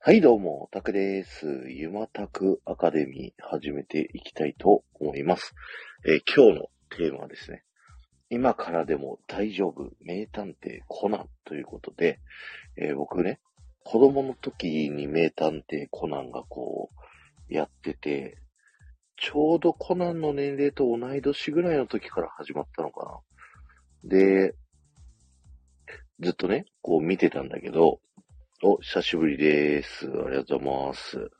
はい、どうも、タクです。ゆまたくアカデミー始めていきたいと思います。えー今日のテーマはですね、今からでも大丈夫、名探偵コナンということで、えー僕ね、子供の時に名探偵コナンがこう、やってて、ちょうどコナンの年齢と同い年ぐらいの時から始まったのかな。で、ずっとね、こう見てたんだけど、お、久しぶりです。ありがとうございます。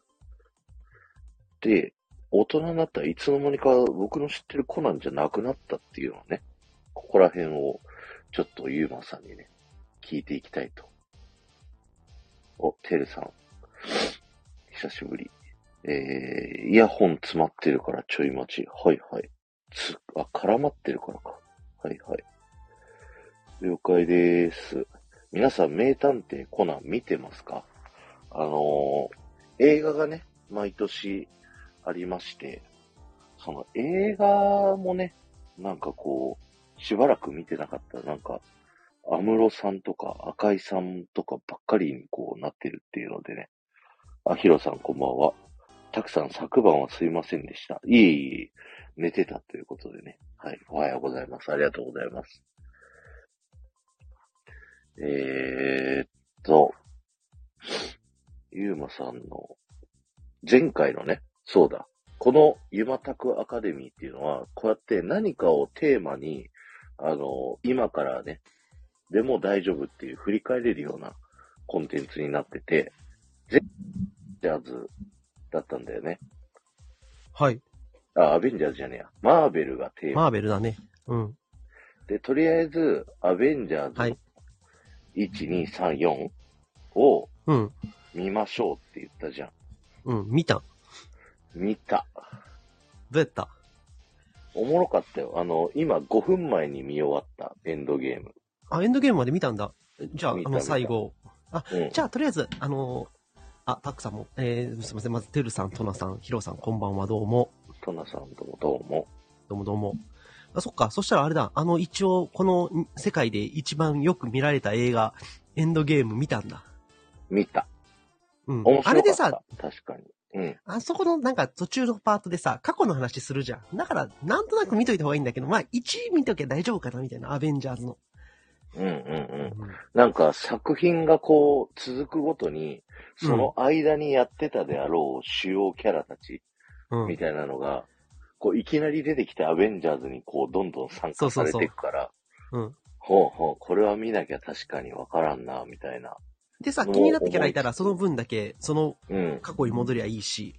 で、大人になったらいつの間にか僕の知ってるコナンじゃなくなったっていうのをね、ここら辺をちょっとユーマさんにね、聞いていきたいと。お、テルさん。久しぶり。えー、イヤホン詰まってるからちょい待ち。はいはい。つ、あ、絡まってるからか。はいはい。了解です。皆さん、名探偵コナン見てますかあのー映画がね、毎年ありまして、その映画もね、なんかこう、しばらく見てなかったら、なんか、安室さんとか赤井さんとかばっかりにこうなってるっていうのでね。あ、ヒロさんこんばんは。たくさん昨晩はすいませんでした。いえいえ、寝てたということでね。はい、おはようございます。ありがとうございます。えーっと、ゆうまさんの、前回のね、そうだ、このゆまたくアカデミーっていうのは、こうやって何かをテーマに、あの、今からね、でも大丈夫っていう振り返れるようなコンテンツになってて、全ジャズだったんだよね。はい。あ、アベンジャーズじゃねえや。マーベルがテーマ。マーベルだね。うん。で、とりあえず、アベンジャーズ、はい1、2、3、4をうん。見ましょうって言ったじゃん。うん。見た。ど見た。うやったおもろかったよ。あの、今5分前に見終わったエンドゲーム。あ、エンドゲームまで見たんだ。じゃあ、あ見たの、最後。うん。じゃあ、とりあえず、あのーあ、タックさんも、えー、すいません。まず、てるさん、トナさん、ヒロさん、こんばんは、どうも。トナさんともどうも。どうもどうも。あ、そっか。そしたらあれだ。あの、一応、このん世界で一番よく見られた映画、エンドゲーム見たんだ。見た。うん面白かっ。た。あれでさ、、確かに。うん。あそこのなんか途中のパートでさ、過去の話するじゃん。だから、なんとなく見といた方がいいんだけど、まあ、1位見ときゃ大丈夫かなみたいな、アベンジャーズの。うんうんうん。うんなんか作品がこう続くごとに、その間にやってたであろう主要キャラたちうんみたいなのが、こういきなり出てきてアベンジャーズにこうどんどん参加されていくから、そうそうそううんほうほう、これは見なきゃ確かにわからんな、みたいな。でさ、もう気になったキャラいたら、その分だけ、そのうん。過去に戻りゃいいし。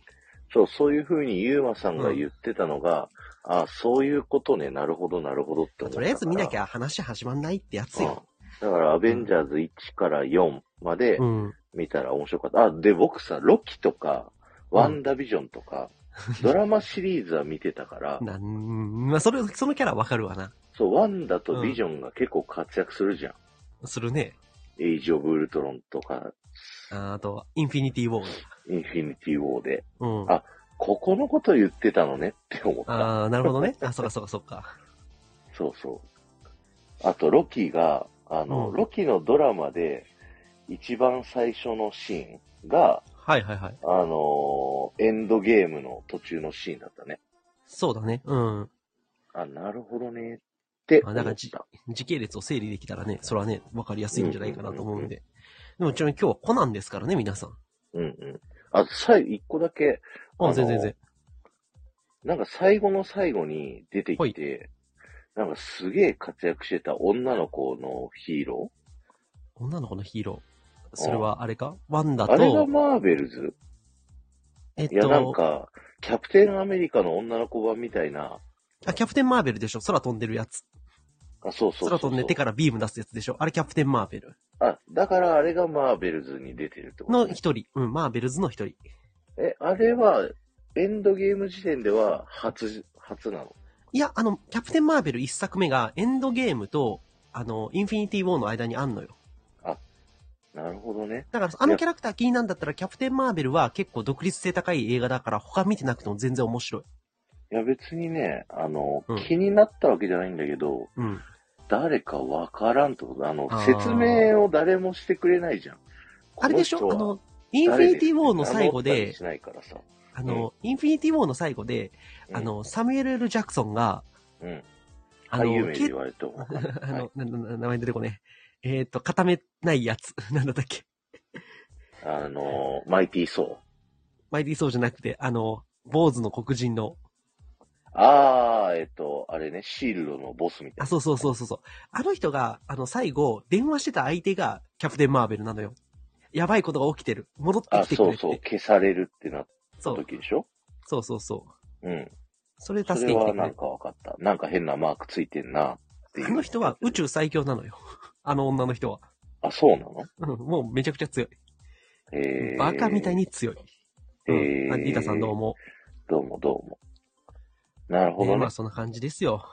そう、そういうふうにユーマさんが言ってたのが、あそういうことね、なるほど、なるほどって思ったかとら。りあえず見なきゃゃ話始まんないってやつよ。だから、アベンジャーズ1から4までうん。見たら面白かった。あ、で、僕さ、ロキとか、ワンダビジョンとか、ドラマシリーズは見てたから、なん、まあ、それ、そのキャラわかるわな。そう、ワンダとビジョンが結構活躍するじゃん。するね。エイジ・オブ・ウルトロンとか、ああと、インフィニティウォーインフィニティ・ウォーで、ル。うん。ああここのこと言ってたのねって思った。あー、なるほどね。あ、そっかそっかそっか。そうそう。あと、ロキが、あの、うんロキのドラマで、一番最初のシーンが、はいはいはい。あのーエンドゲームの途中のシーンだったね。そうだね。うん。あ、なるほどね。って思あっだからじた。時系列を整理できたらね、それはね、わかりやすいんじゃないかなと思うんで。でもちなみに今日はコナンですからね、皆さん。うんうん。あ、最後、一個だけ、あのあ、全然全然。なんか最後の最後に出てきて、なんかすげえ活躍してた女の子のヒーロ女の子のヒーロー。それはあれかワンダーあれがと、マーベルズえっいや、なんと、か、キャプテンアメリカの女の子版みたいな、あ、キャプテンマーベルでしょ空飛んでるやつ。あ、そうそうそうそう。空飛んで手からビーム出すやつでしょあれキャプテンマーベル。あ、だからあれがマーベルズに出てるってこと、のね、一人。うん、マーベルズの一人。え、あれは、エンドゲーム時点では初、初なの。いや、あの、キャプテンマーベル一作目がエンドゲームと、あの、インフィニティウォーの間にあんのよ。なるほどね。だから、あのキャラクター気になんだったら、キャプテンマーベルは結構独立性高い映画だから、他見てなくても全然面白い。いや別にね、あの、うん気になったわけじゃないんだけど、うん。誰かわからんってことあの、あー説明を誰もしてくれないじゃん。あれでしこょあ人はの、インフィニティ・ウォーの最名乗後ったりで、しないからさ。あの、インフィニティ・ウォーの最後で、あの、サミュエル・ L ・ジャクソンが、うん、うん。あの、俳優名でけ言われてもわかんない。あはいの、ななな名前出てこねえ。えっ、と、固めないやつ。 なんだったっけ。あの、マイティー・ソマイティー・ソーじゃなくて、あの、坊主の黒人の。ー。あー、えっと、あれね、シールドのボスみたいあ、そうそうそうそうそう。あの人が、あの、最後、電話してた相手がキャプテン・マーベルなのよ。やばいことが起きてる。戻ってな。あ、きてくそれうって。そう、消されるってなっそたう。時でしょそうそうそう。うん。それでそれ助けには来てくなれんる。かわかった。なんか変なマークついてんな、っていう。あの人は宇宙最強なのよ。 あの女の人は。 あ、そうなのうんもうめちゃくちゃ強い。えー。バカみたい。に強い。えうんー。あ、リータさんどうも。どうもどうも。なるほねどねまあ。そんな感じですよ。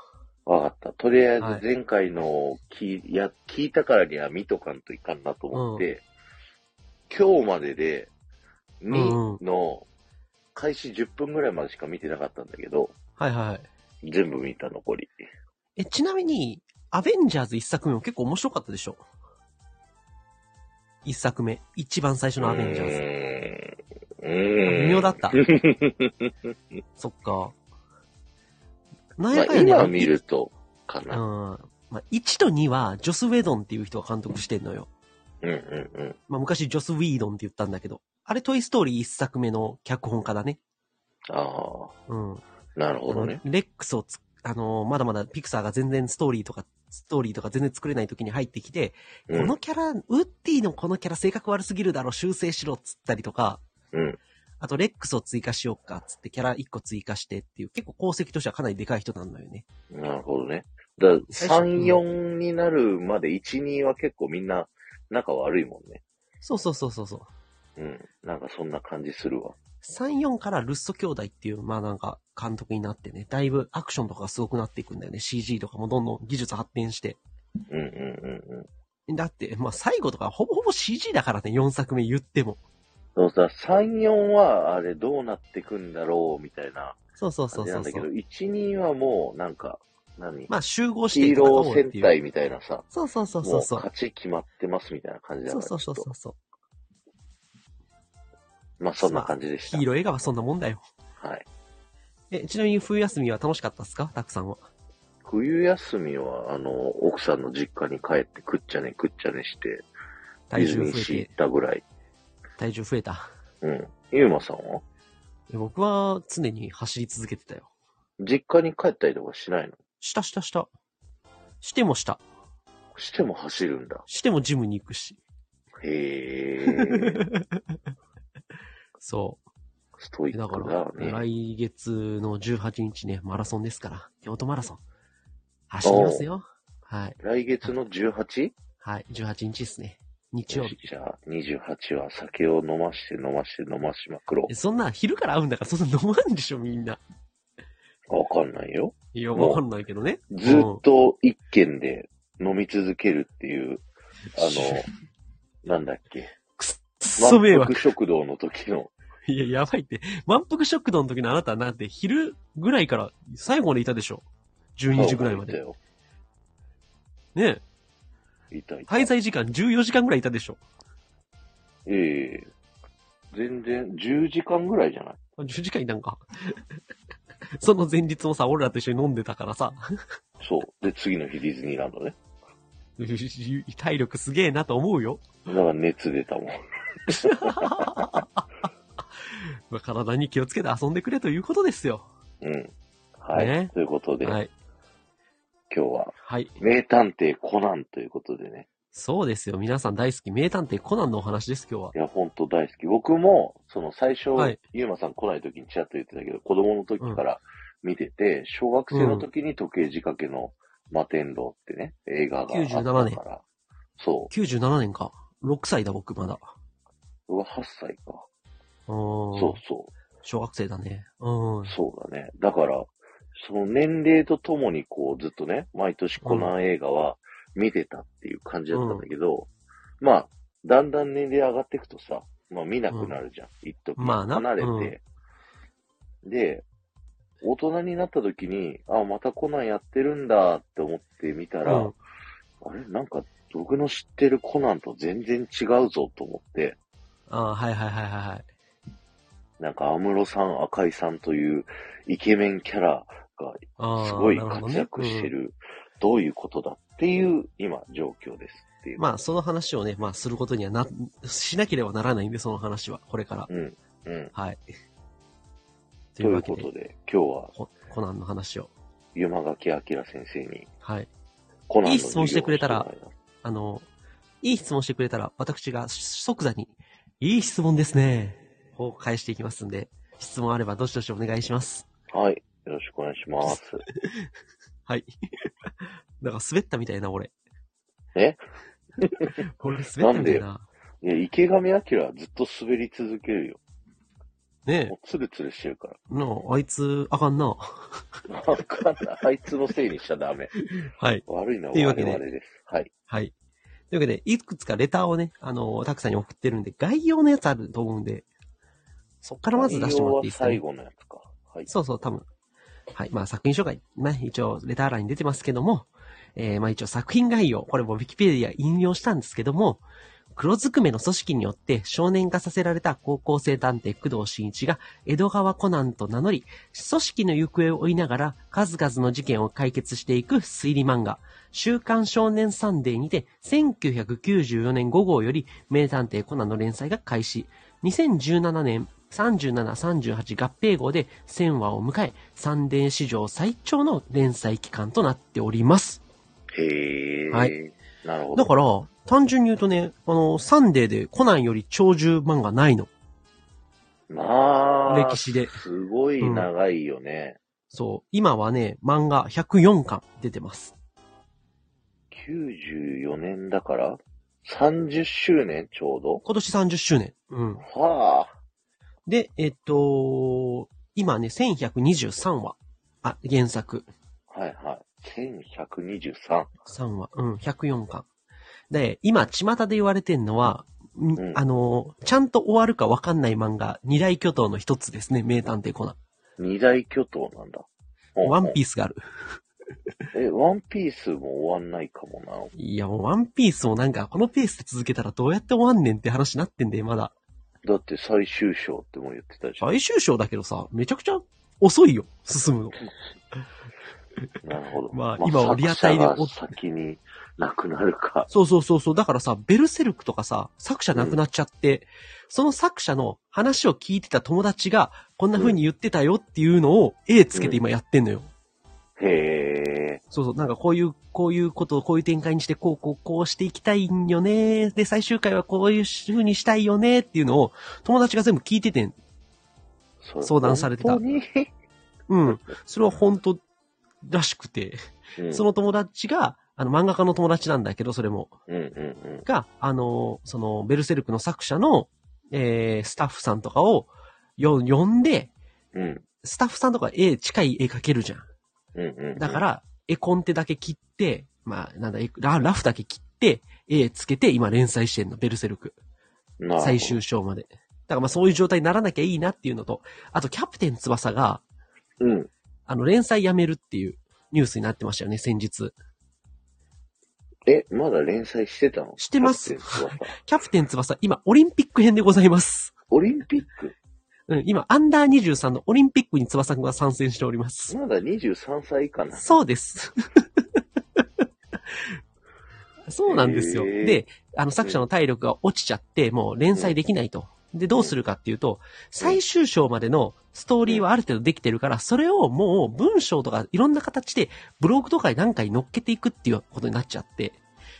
わかった。とりあえずはい前回の聞,、い、や聞いたからには見とかんといかんなと思って、今日まででうんうん2の開始10分ぐらいまでしか見てなかったんだけど、はいはい。全部見た残り。え、ちなみに、アベンジャーズ一作目も結構面白かったでしょ一作目。一番最初のアベンジャーズ。うーん。微妙だった。そっか。なんまやあか、んや今ね見ると、かうん。な。まあ、1と2は、ジョス・ウェドンっていう人が監督してんのよ。うんうんうん。まあ、昔、ジョス・ウィードンって言ったんだけど。あれ、トイ・ストーリー一作目の脚本家だね。あうん。あ、なるほあの、どね。レックスをつ、あの、まだまだピクサーが全然ストーリーとか、ストーリーとか全然作れない時に入ってきて、うこんのキャラ、ウッディのこのキャラ性格悪すぎるだろ、修正しろっつったりとか、うん。あとレックスを追加しようかっつってキャラ1個追加してっていう、結構功績としてはかなりでかい人なんだよね。なるほどね。だから最初3、4になるまで1、2は結構みんな仲悪いもんね。そうそうそうそうそう。うん。なんかそんな感じするわ。 3、4からルッソ兄弟っていう、まあなんか監督になってね、だいぶアクションとかがすごくなっていくんだよね。CG とかもどんどん技術発展して。うんうんうんうん。だって、まあ最後とかほぼほぼ CG だからね、4作目言っても。そうさ、3、4はあれどうなってくんだろうみたいなそうそう感そうじなそんだうけそど、う。 1、2はもうなんか、何まあ集合してヒー戦おロうーっ戦ていう。隊みたいなさ、そうそうそうそもううそう。勝ち決まってますみたいな感じだかそうら。そうそうちょそっうそう。とまあそんな感じでした。ヒーロー映画はそんなもんだよ。はい。え、ちなみに冬休みは楽しかったっすかたくさんは。冬休みは、あの、奥さんの実家に帰って、くっちゃねくっちゃねして、デ体ィズ重ニー増えシー行てっ、たぐらい。体重増えた。うん。ゆうまさんはえ僕は常に走り続けてたよ。実家に帰ったりとかしないのしたしたした。してもした。しても走るんだ。してもジムに行くし。へ え。そストイう。だッかクらだ、ね。来月の18日ね、マラソンですから。京都マラソン。走りますよ。はい。来月の 18? はい。18日ですね。日曜よし日。じゃあ、28は酒を飲まして飲まして飲ましまくろえそんな、昼から会うんだから、そんな飲まんでしょ、みんな。う。わかんないよ。いや、もうわかんないけどね。ずっと一軒で飲み続けるっていう、あ の、なんだっけ。くっそ迷惑。満腹食堂の時の、 いや、やばいって。満腹食堂の時のあなたなんて昼ぐらいから最後までいたでしょ ?12 時ぐらいまいたで。よ。ねえいたいた。滞在時間14時間ぐらいいたでしょええ全然、10時間ぐらいじゃない ?10 時間いたんか。 その前日もさ、俺らと一緒に飲んでたからさ、 そう。で、次の日ディズニーランドね。体力すげえなと思うよ。だから熱出たもん。体に気をつけて遊んでくれということですよ。うん。はい。ねということで、はい。今日は、はい。名探偵コナンということでね。。そうですよ。皆さん大好き、名探偵コナンのお話です、今日はいや、ほんと大好き。僕も、その最初、はいゆうまさん来ない時にちらっと言ってたけど、子供の時から見てて、小学生の時に時計仕掛けの摩天楼ってね、映画があったから。 97年そ97年か。6歳だ、僕、まだ。う。うわ、8歳か。うん。そうそう。小学生だね。うん。そうだね。だから、その年齢とともにこうずっとね、毎年コナン映画は見てたっていう感じだったんだけど、まあ、だんだん年齢上がっていくとさ、まあ見なくなるじゃん。一時まあな離れて、で、大人になった時に、あ、またコナンやってるんだって思ってみたら、うんあれなんか僕の知ってるコナンと全然違うぞと思って、ああ、はいはいはいはいはい。なんか、安室さん、赤井さんというイケメンキャラああ、すごいなるほどね活躍してる、うんどういうことだっていう、今、状況ですっていう。まあ、その話をね、まあ、することにはな、しなければならないんで、その話は、これから。うん、うん。はい。とといいううわけこで、とで、今日は、ココナンの話を。湯間垣明先生に、はい。コナンのいい質問してくれたら授業をしてもいあの、いい質問してくれたら、私が即座に、いい質問ですね。を返していきますんで、質問あればどしどしお願いします。ますはい。よろしくお願いし ます。はい。 なんか滑ったみたいな、俺。え 俺滑ったみたいな。いや、池上彰はずっと滑り続けるよ。ねもうツルツルしてるから。え。なあ、あいつ、あかんな。わかんない。あいつのせいにしちゃダメ。はい。悪いのはという我わけで々です。はい。はい。というわけで、いくつかレターをね、あのたくさんに送ってるんで、概要のやつあると思うんで、そっからまず出してもらっていいですか、内ね容は最、後のやつか。はい。そうそう、多分。はい。まあ、作品紹介、ね、一応、レター欄に出てますけども、えー、まあ一応作品概要、これも Wikipedia 引用したんですけども、黒ずくめの組織によって少年化させられた高校生探偵工藤新一が江戸川コナンと名乗り、組織の行方を追いながら数々の事件を解決していく推理漫画、週刊少年サンデーにて1994年5号より名探偵コナンの連載が開始。2017年37、38合併号で1000話を迎え、サンデー史上最長の連載期間となっております。へー。はいなるほだど。から、単純に言うとね、あの、サンデーでコナンより長寿漫画ないの。まあ、歴史ですごい長いよね。そう。今はね、漫画104巻出てます。 94年だから、30周年ちょうど今年30周年。うん。はあ。で、えっと、今ね、1123話。あ、原作。はいはい。1123。 3話。うん、104巻。で、今、巷で言われてんのは、んうんあの、ちゃんと終わるかわかんない漫画、二大巨頭の一つですね、名探偵コナン。二大巨頭なんだ。ワンピーースがある。ス。え、ワンピースも終わんないかもな。いや、もうワンピースもなんか、このペースで続けたらどうやって終わんねんって話になってんだよ、まだ。だって最終章ってもう言ってたじゃん。最終章だけどさ、めちゃくちゃ遅いよ、進むの。なるほど。まあ今はリアタイで作者が先になくなるか。そうそうそうそう。だからさ、ベルセルクとかさ、作者亡くなっちゃって、その作者の話を聞いてた友達が、こんな風に言ってたよっていうのを、絵つけて今やってんのよ。へえ。そうそう。なんかこういう、こういうことを、こういう展開にして、こう、こう、こうしていきたいんよね。で、最終回はこういう風にしたいよねっていうのを、友達が全部聞いててん。そ相談されてた本当に、うん。それは本当らしくて。うん、その友達が、あの、漫画家の友達なんだけど、それも。うんうんが、あの、その、ベルセルクの作者の、えー、スタッフさんとかを、よ、呼んで、うん。うんスタッフさんとか絵、近い絵描けるじゃん。うんうん。だか、ら、絵コンテだけ切って、まあ、なんだ、絵ララフだけ切って、絵つけて、今連載してんの、ベルセルク。なるほど最。終章まで。だからまあ、そういう状態にならなきゃいいなっていうのと、あと、キャプテン翼が、うん。あの、連載やめるっていうニュースになってましたよね、先日。え、まだ連載してたのしてますキャプテン翼キャプテン翼、今、オリンピック編でございます。オリンピックうん、今、アンダー23のオリンピックに翼くんが参戦しております。まだ23歳以下な。そうです。 そうなんですよ。へーで、あの作者の体力が落ちちゃって、もう連載できないと。で、どうするかっていうと、最終章までのストーリーはある程度できてるから、それをもう文章とかいろんな形でブログとかに何かに乗っけていくっていうことになっちゃって、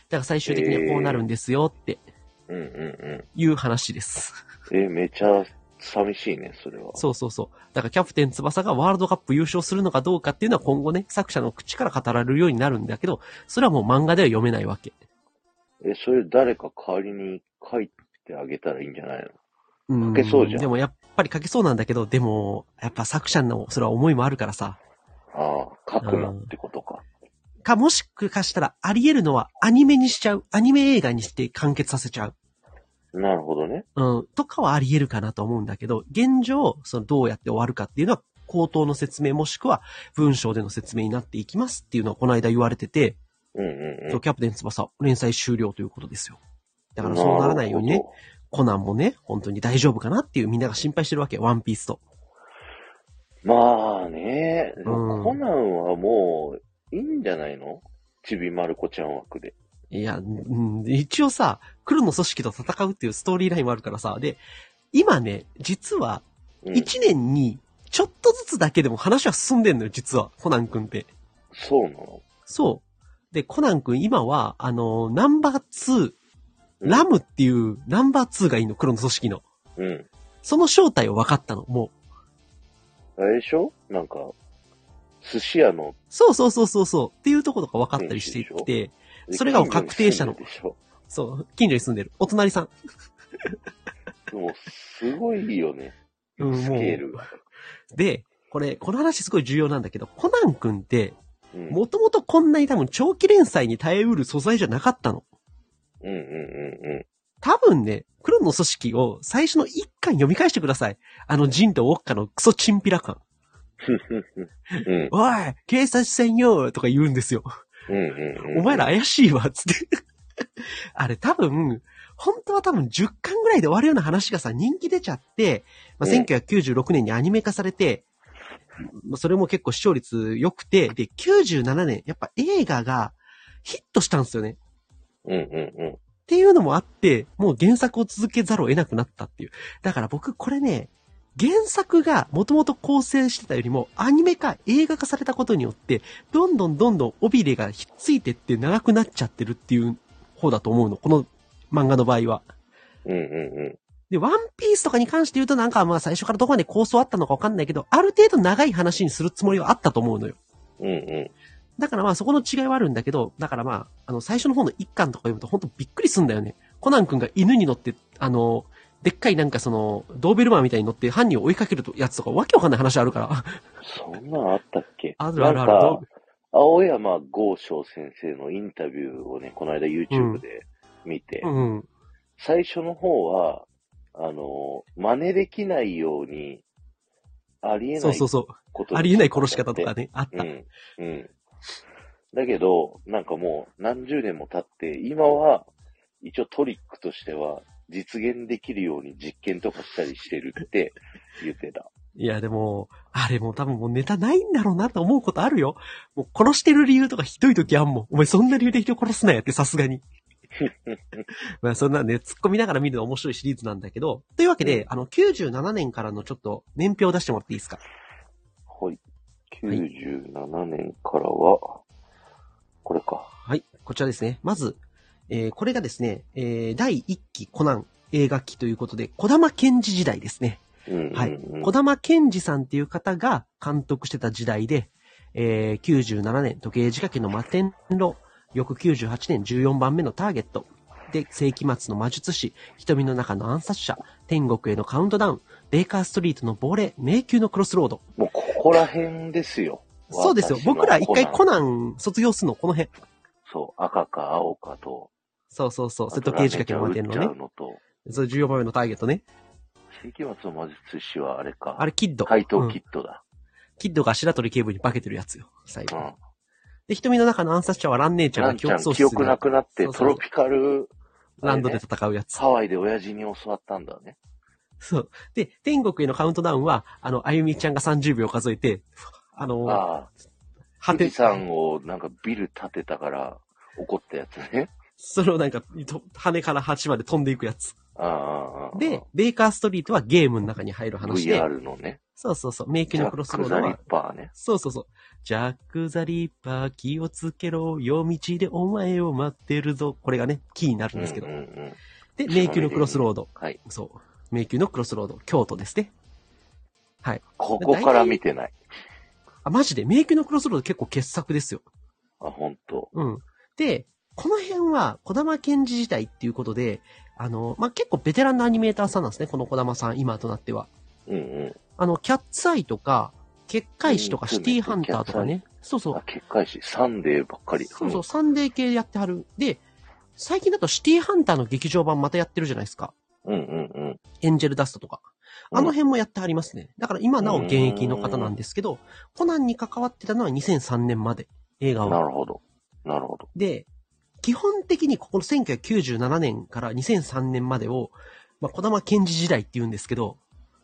だから最終的にはこうなるんですよってうんうんいう話です。うん。え、めちゃ寂しいね、それは。そうそうそう。だからキャプテン翼がワールドカップ優勝するのかどうかっていうのは今後ね、作者の口から語られるようになるんだけど、それはもう漫画では読めないわけ。え、それ誰か代わりに書いてあげたらいいんじゃないのうん書けそうじゃんでもやっぱり書けそうなんだけど、でも、やっぱ作者のそれは思いもあるからさ。ああ、書くなってことか。か、もしかしたらあり得るのはアニメにしちゃう。アニメ映画にして完結させちゃう。なるほどね。うん、とかはあり得るかなと思うんだけど、現状、そのどうやって終わるかっていうのは、口頭の説明もしくは文章での説明になっていきますっていうのはこの間言われてて、うんうんうんそう、。キャプテン翼、連載終了ということですよ。だからそうならないようにね、コナンもね、本当に大丈夫かなっていうみんなが心配してるわけ、ワンピースと。まあね、でもうんコナンはもういいんじゃないのちびまる子ちゃん枠で。いや、うん一応さ、黒の組織と戦うっていうストーリーラインもあるからさ、で、今ね、実は、うん、 1年に、ちょっとずつだけでも話は進んでんのよ、実は、コナンくんって。そうなのそう。で、コナンくん今は、あのーナンバー2、うんラムっていうナンバー2がいいの、黒の組織の。うん。その正体を分かったの、もう。あれでしょなんか、寿司屋の、そうそうそうそうそう。っていうところが分かったりしていうんて、それがもう確定したの近所に住んでるそう、近所に住んでる。お隣さん。でしょ。でも、すごいよね。うん、もうスケールが。で、これ、この話すごい重要なんだけど、コナンくんって、うん。もともとこんなに多分長期連載に耐えうる素材じゃなかったの。うんうんうんうん。多分ね、黒の組織を最初の一巻読み返してください。あのジンとウォッカのクソチンピラ感。うんおい警察せんよとか言うんですよ。うんうんうん。お前ら怪しいわつって。 あれ多分、本当は多分10巻ぐらいで終わるような話がさ、人気出ちゃって、まあ、うん1996年にアニメ化されて、まあ、それも結構視聴率良くて、で、97年、やっぱ映画がヒットしたんですよね。うんうんうん。っていうのもあって、もう原作を続けざるを得なくなったっていう。だから僕これね、原作がもともと構成してたよりもアニメ化、映画化されたことによって、どんどんどんどん尾びれがひっついてって長くなっちゃってるっていう方だと思うの。この漫画の場合は。うんうんうん。で、ワンピースとかに関して言うとなんかまあ最初からどこまで構想あったのかわかんないけど、ある程度長い話にするつもりはあったと思うのよ。うんうん。だからまあそこの違いはあるんだけど、だからまあ、あの最初の方の一巻とか読むと本当びっくりすんだよね。コナン君が犬に乗って、あの、でっかいなんかその、ドーベルマンみたいに乗って犯人を追いかけるやつとかわけわかんない話ある から。そんなんあったっけあるあるあるなんどか、青山豪昌先生のインタビューをね、この間 YouTube で見て、うん。最初の方は、あの、真似できないように、ありえそなういそうそことう。にありえない殺し方とかね、あっうた。ん。うん。だけど、なんかもう何十年も経って、今は一応トリックとしては実現できるように実験とかしたりしてる って言ってた。いやでも、あれもう多分もうネタないんだろうなと思うことあるよ。もう殺してる理由とかひどい時あんもん。お前そんな理由で人を殺すなやってさすが に。まあそんなね、突っ込みながら見るの面白いシリーズなんだけど。というわけで、あの97年からのちょっと年表を出してもらっていいですかはい。97年からは、これか。はい、こちらですね。まず、えーこれがですね、えー第1期コナン映画期ということで、小玉健二時代ですね。うんうんうん。はい小玉健二さんっていう方が監督してた時代で、えー97年、時計仕掛けの摩天楼、翌98年14番目のターゲット、で、世紀末の魔術師、瞳の中の暗殺者、天国へのカウントダウン、ベーカーストリートの亡霊、迷宮のクロスロード。もうここら辺ですよ。そうですよ。僕ら一回コなナン卒業するの、この辺。そう、赤か青かと。そうそうそう。瀬戸刑事掛けの摩天あとラ楼メね。ちゃん打っちゃうのと、そう、14番目のターゲットね。世紀末の魔術師はあれか。あれ、キッド。怪う盗んキットだ。キッドが白鳥警部に化けてるやつよ。最う後。ん。で、瞳の中の暗殺者はランネーちゃんラがン記ちゃ憶ん喪記失す憶るなくなって、そうそうトロピカル、ランドで戦うやつ。ハワイで親父に教わったんだね。そう。で、天国へのカウントダウンは、あの、あゆみちゃんが30秒数えて、あの、ああ、果富て、士山をなんかビル建てたから怒ったやつね。それをなんか、と羽から鉢まで飛んでいくやつ。ああああ、ああで、、ベーカーストリートはゲームの中に入る話で、 VR のね。そうそうそう、迷ジ宮ャのクロスッロク・ードザ・リッは、パーね。そうそうそう、ジャック・ザ・リッパー気をつけろ、夜道でお前を待ってるぞ。これがね、キーになるんですけどうん。うんうん。で、迷宮のクロスロード。はい。そう。迷宮のクロスロード、京都ですね。ここから見てない。あ、マジで、迷宮のクロスロード結構傑作ですよ。あ、ほんと。うん。で、この辺は、小玉健二時代っていうことで、あの、まあ、結構ベテランのアニメーターさんなんですね、この小玉さん、今となっては。うんうん。あの、キャッツアイとか、結界師とか、うんシティハンターとかね。そうそうあ、。結界誌、サンデーばっかり。そうそう、んサンデー系やってはる。で、最近だとシティハンターの劇場版またやってるじゃないですか。うんうんうん。エンジェルダストとか。あの辺もやってありますね。だから今なお現役の方なんですけど、コナンに関わってたのは2003年まで、映画なは。るほど。なるほど。で、基本的にここの1997年から2003年までを、まあ、小玉賢治時代って言うんですけど、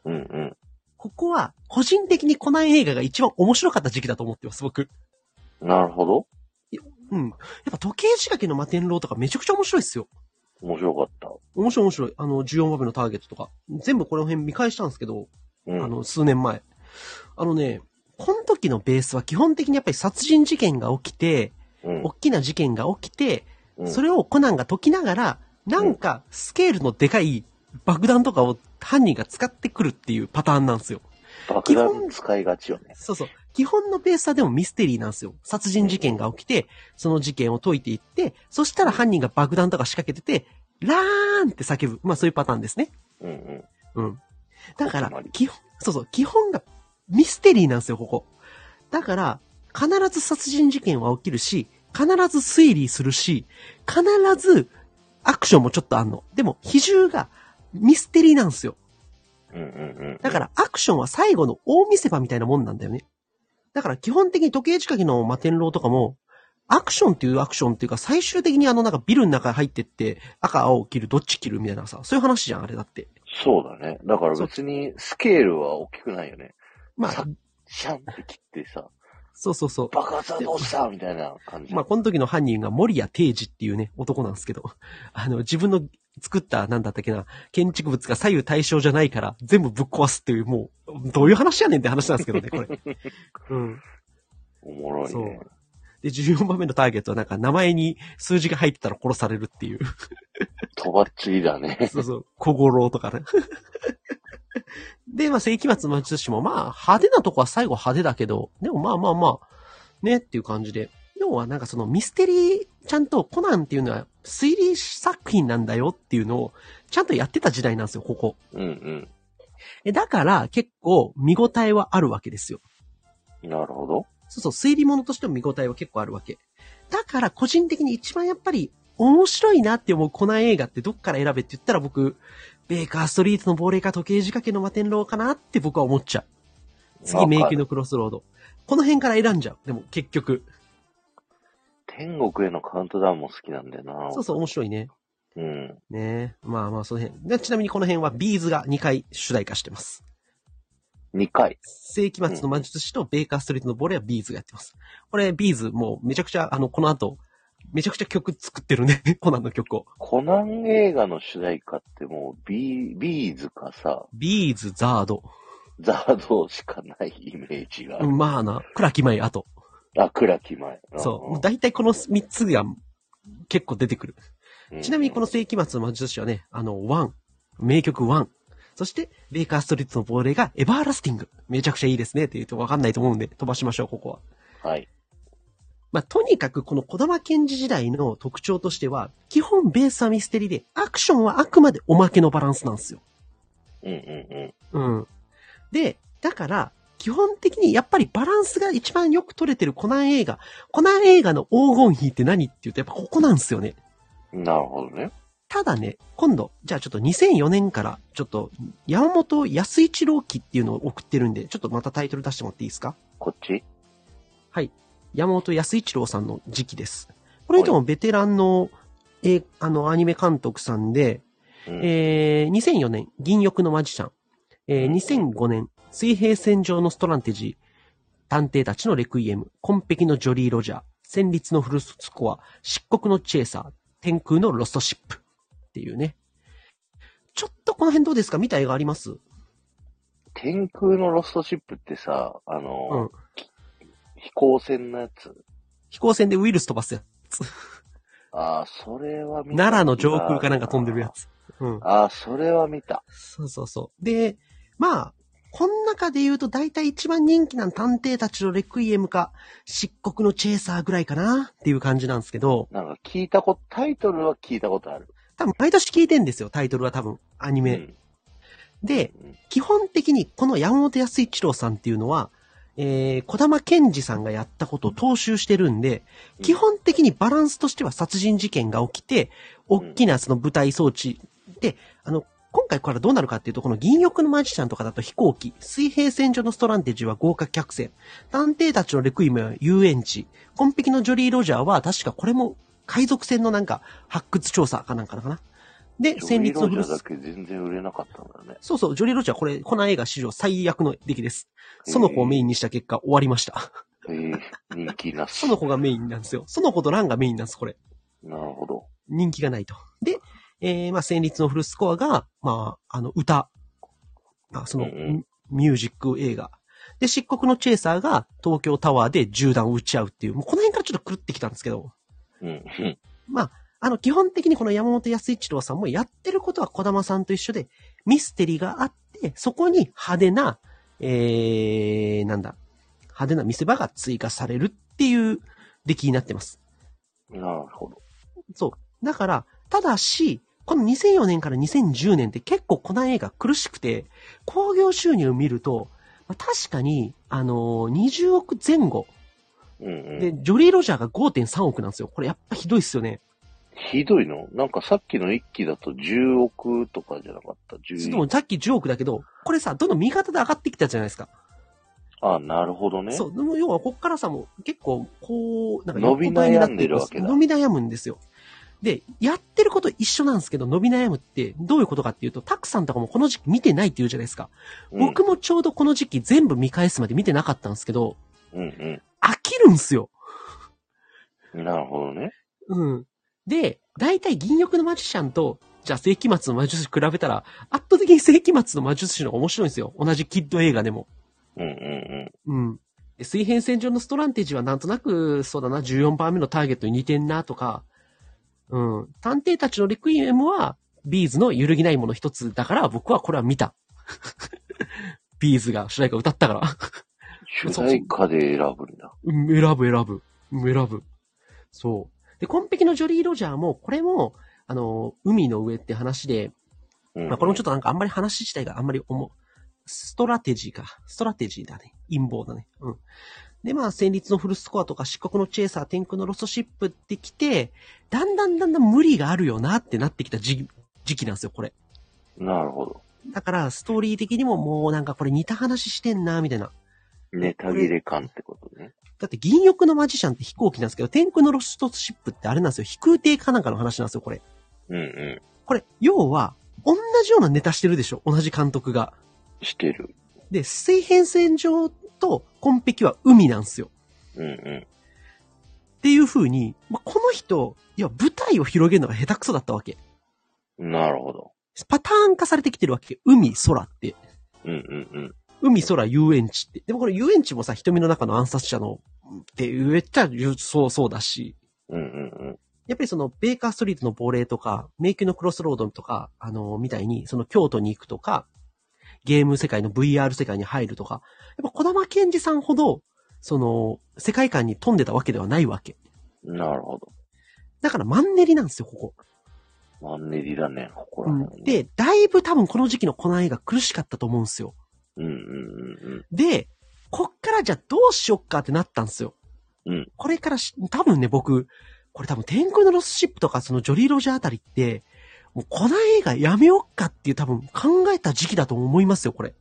うんうん。ここは、個人的にコナン映画が一番面白かった時期だと思ってます、僕。なるほど。うん。やっぱ時計仕掛けの摩天楼とかめちゃくちゃ面白いっすよ。面白かった。面白い面白い。あの、14話目のターゲットとか。全部この辺見返したんですけど、うん。あの、数年前。あのね、この時のベースは基本的にやっぱり殺人事件が起きて、うん大きな事件が起きて、うん、それをコナンが解きながら、なんかスケールのでかい爆弾とかを犯人が使ってくるっていうパターンなんですよ。爆基本弾使いがちよね。そうそう。基本のベースはでもミステリーなんですよ。殺人事件が起きて、その事件を解いていって、そしたら犯人が爆弾とか仕掛けてて、ラーンって叫ぶ。まあそういうパターンですね。うんうん。うん。だかお決まらり、基本、そうそう、基本がミステリーなんですよ、ここ。だから、必ず殺人事件は起きるし、必ず推理するし、必ずアクションもちょっとあんの。でも、比重がミステリーなんですよ。うんうんうん。だから、アクションは最後の大見せ場みたいなもんなんだよね。だから、基本的に時計仕掛けの摩天楼とかも、アクションっていうアクションっていうか、最終的にあのなんかビルの中入ってって、赤、青切る、どっち切るみたいなさ、そういう話じゃん、あれだって。そうだね。だから別にスケールは大きくないよね。まあさ、シャンって切ってさ、そうそうそう。爆発はどうしたみたいな感じ。まあ、この時の犯人が森谷定治っていうね、男なんですけど、 あの、自分の作った、なんだったっけな、建築物が左右対称じゃないから、全部ぶっ壊すっていう、もう、どういう話やねんって話なんですけどね、これ。うん。おもろいね。で、14番目のターゲットはなんか名前に数字が入ってたら殺されるっていう。とばっちりだね。 そうそう、小五郎とかね。で、まあ、世紀末の町も、まあ、派手なとこは最後派手だけど、でもまあまあまあ、ねっていう感じで。要はなんかそのミステリー、ちゃんとコナンっていうのは推理作品なんだよっていうのを、ちゃんとやってた時代なんですよ、ここ。うんえだから、結構見応えはあるわけですよ。うん。なるほど。そうそう、推理物としても見応えは結構あるわけ。だから個人的に一番やっぱり面白いなって思うコナン映画ってどっから選べって言ったら僕、ベーカーストリートの亡霊か時計仕掛けの摩天楼かなって僕は思っちゃう。次、迷わか宮るのクロスロード。この辺から選んじゃう。でも結局。天国へのカウントダウンも好きなんだよな。そうそう、面白いね。う。うん。ねえ。まあまあ、その辺。でちなみにこの辺はビーズが2回主題化してます。 2回。世紀末の魔術師とベーカーストリートのボレはビーズがやってます。これ、ビーズもうめちゃくちゃ、あの、この後、めちゃくちゃ曲作ってるね。 コナンの曲を。コナン映画の主題歌ってもうビー、ビーズかさ、ビーズ、ザード。ザードしかないイメージがある。まあな、倉木舞、あと。あ、暗き前。そう。大体この3つが結構出てくる。うんちなみにこの世紀末の魔術師はね、あの、ワン。名曲ワン。そして、ベーカーストリートの亡霊がエバーラスティング。めちゃくちゃいいですね。って言うとわかんないと思うんで、飛ばしましょう、ここは。はい。まあ、とにかくこの小玉賢治時代の特徴としては、基本ベースはミステリーで、アクションはあくまでおまけのバランスなんですよ。うんうんうん。うん。で、だから、基本的にやっぱりバランスが一番よく取れてるコナン映画。コナン映画の黄金比って何って言うとやっぱここなんですよね。なるほどね。ただね、今度、じゃあちょっと2004年から、ちょっと、山本康一郎期っていうのを送ってるんで、ちょっとまたタイトル出してもらっていいですかこっち山本康一郎さんの時期です。この人もベテランの、えーあの、アニメ監督さんで、うんえー2004年、銀翼のマジシャン、えー2005年、水平線上のストランテジー、探偵たちのレクイエム、紺碧のジョリー・ロジャー、戦慄のフルスコア、漆黒のチェイサー、天空のロストシップっていうね。ちょっとこの辺どうですか見た映画あります天空のロストシップってさ、あうのん、。飛行船のやつ。飛行船でウイルス飛ばすやつ。ああ、それは見た。奈良の上空かなんか飛んでるや。つ。うん。ああ、それは見た。そうそうそう。で、まあ、この中で言うと大体一番人気な探偵たちのレクイエムか、漆黒のチェイサーぐらいかなっていう感じなんですけど、なんか聞いたこと、タイトルは聞いたことある。多分毎年聞いてんですよ、タイトルは多分、アニメ。うんでうん、基本的にこの山本康一郎さんっていうのは、えー、小玉健二さんがやったことを踏襲してるんで、うん基本的にバランスとしては殺人事件が起きて、大んきなその舞台装置で、あの、今回からどうなるかっていうと、この銀翼のマジシャンとかだと飛行機、水平線上のストランテジーは豪華客船、探偵たちのレクイムは遊園地、紺碧のジョリー・ロジャーは確かこれも海賊船のなんか発掘調査かなんかなかな。で、戦慄のジョリー古ロジャー巣だ。け全然売れなかったんだよね。そうそう、ジョリー・ロジャー、これ、この映画史上最悪の出来です。その子をメインにした結果、終わりました。えー人気なし。その子がメインなんですよ。その子とランがメインなんです、これ。なるほど。人気がないと。で、えー、まあ、戦慄のフルスコアが、まあ、あの、歌。まあ、その、うんうんミュージック映画。で、漆黒のチェイサーが東京タワーで銃弾を撃ち合うっていう、もうこの辺からちょっと狂ってきたんですけど、うん。うんあの、基本的にこの山本康一郎さんもやってることは小玉さんと一緒で、ミステリーがあって、そこに派手な、えー、なんだ、派手な見せ場が追加されるっていう出来になってます。なるほど。そう。だから、ただし、この2004年から2010年って結構この映画苦しくて、興行収入を見ると、まあ確かに、あのー20億前後。うんうで、ん。ジョリー・ロジャーが5.3億なんですよ。これやっぱひどいっすよね。ひどいのなんかさっきの一期だと10億とかじゃなかった。で11もさっき10億だけど、これさ、どんどん右肩で上がってきたじゃないですか。あ、なるほどね。そう。でも要はこっからさ、もう結構、こう、なんか伸び悩んでるわけだ伸び悩むんですよ。で、やってること一緒なんですけど、伸び悩むってどういうことかっていうと、たくさんとかもこの時期見てないって言うじゃないですか。うん。僕もちょうどこの時期全部見返すまで見てなかったんですけど、うん飽きるんすよ。うん。なるほどね。うん。で、大体銀翼のマジシャンと、じゃあ世紀末の魔術師比べたら、圧倒的に世紀末の魔術師の方が面白いんですよ。同じキッド映画でも。うんうんうん。で水平線上のストランテージはなんとなく、そうだな、14番目のターゲットに似てんなとか、うん。探偵たちのレクイエムは、ビーズの揺るぎないもの一つだから、僕はこれは見た。 ビーズが主題歌歌ったから。うん。主題歌で選ぶんだ。うん、選ぶ選ぶ。うん選ぶ。そう。で、コンペキのジョリー・ロジャーも、これも、あの、海の上って話で、うんまあ、これもちょっとなんかあんまり話自体があんまり重う。ストラテジーか。ストラテジーだね。陰謀だね。うん。で、まあ、戦慄のフルスコアとか、漆黒のチェイサー、天空のロストシップってきて、だんだんだんだん無理があるよなってなってきた時時期なんですよ、これ。なるほど。だから、ストーリー的にももうなんかこれ似た話してんな、みたいな。ネタ切れ感ってことね。だって銀翼のマジシャンって飛行機なんですけど、天空のロストシップってあれなんですよ。飛空艇かなんかの話なんですよ、これ。うんうこれ、要は、同じようなネタしてるでしょ同じ監督が。ん。してる。で、水平線上とコンペキは海なんですよ。うんうっていう風に、まあこの人、いや、舞台を広げるのが下手くそだったわけ。ん。なるほど。パターン化されてきてるわけ。海、空って。うんうんうん。海、空、遊園地って。でもこれ遊園地もさ、瞳の中の暗殺者の、って言えちゃう、そうそうだし。うんうんやっぱりその、ベーカーストリートの亡霊とか、迷宮のクロスロードとか、あの、みたいに、その京都に行くとか、ゲーム世界の VR 世界に入るとか、やっぱ小玉健二さんほど、その、世界観に飛んでたわけではないわけ。うん。なるほど。だからマンネリなんですよ、こマンネリだね、こここ。ら辺。、で、だいぶ多分この時期のこの映画苦しかったと思うんですよ。うんうんで、こっからじゃあどうしよっかってなったんですよ。うんこれからし、多分ね、僕、これ多分天空のロスシップとかそのジョリー・ロジャーあたりって、もうこの映画やめよっかっていう多分考えた時期だと思いますよ、これ。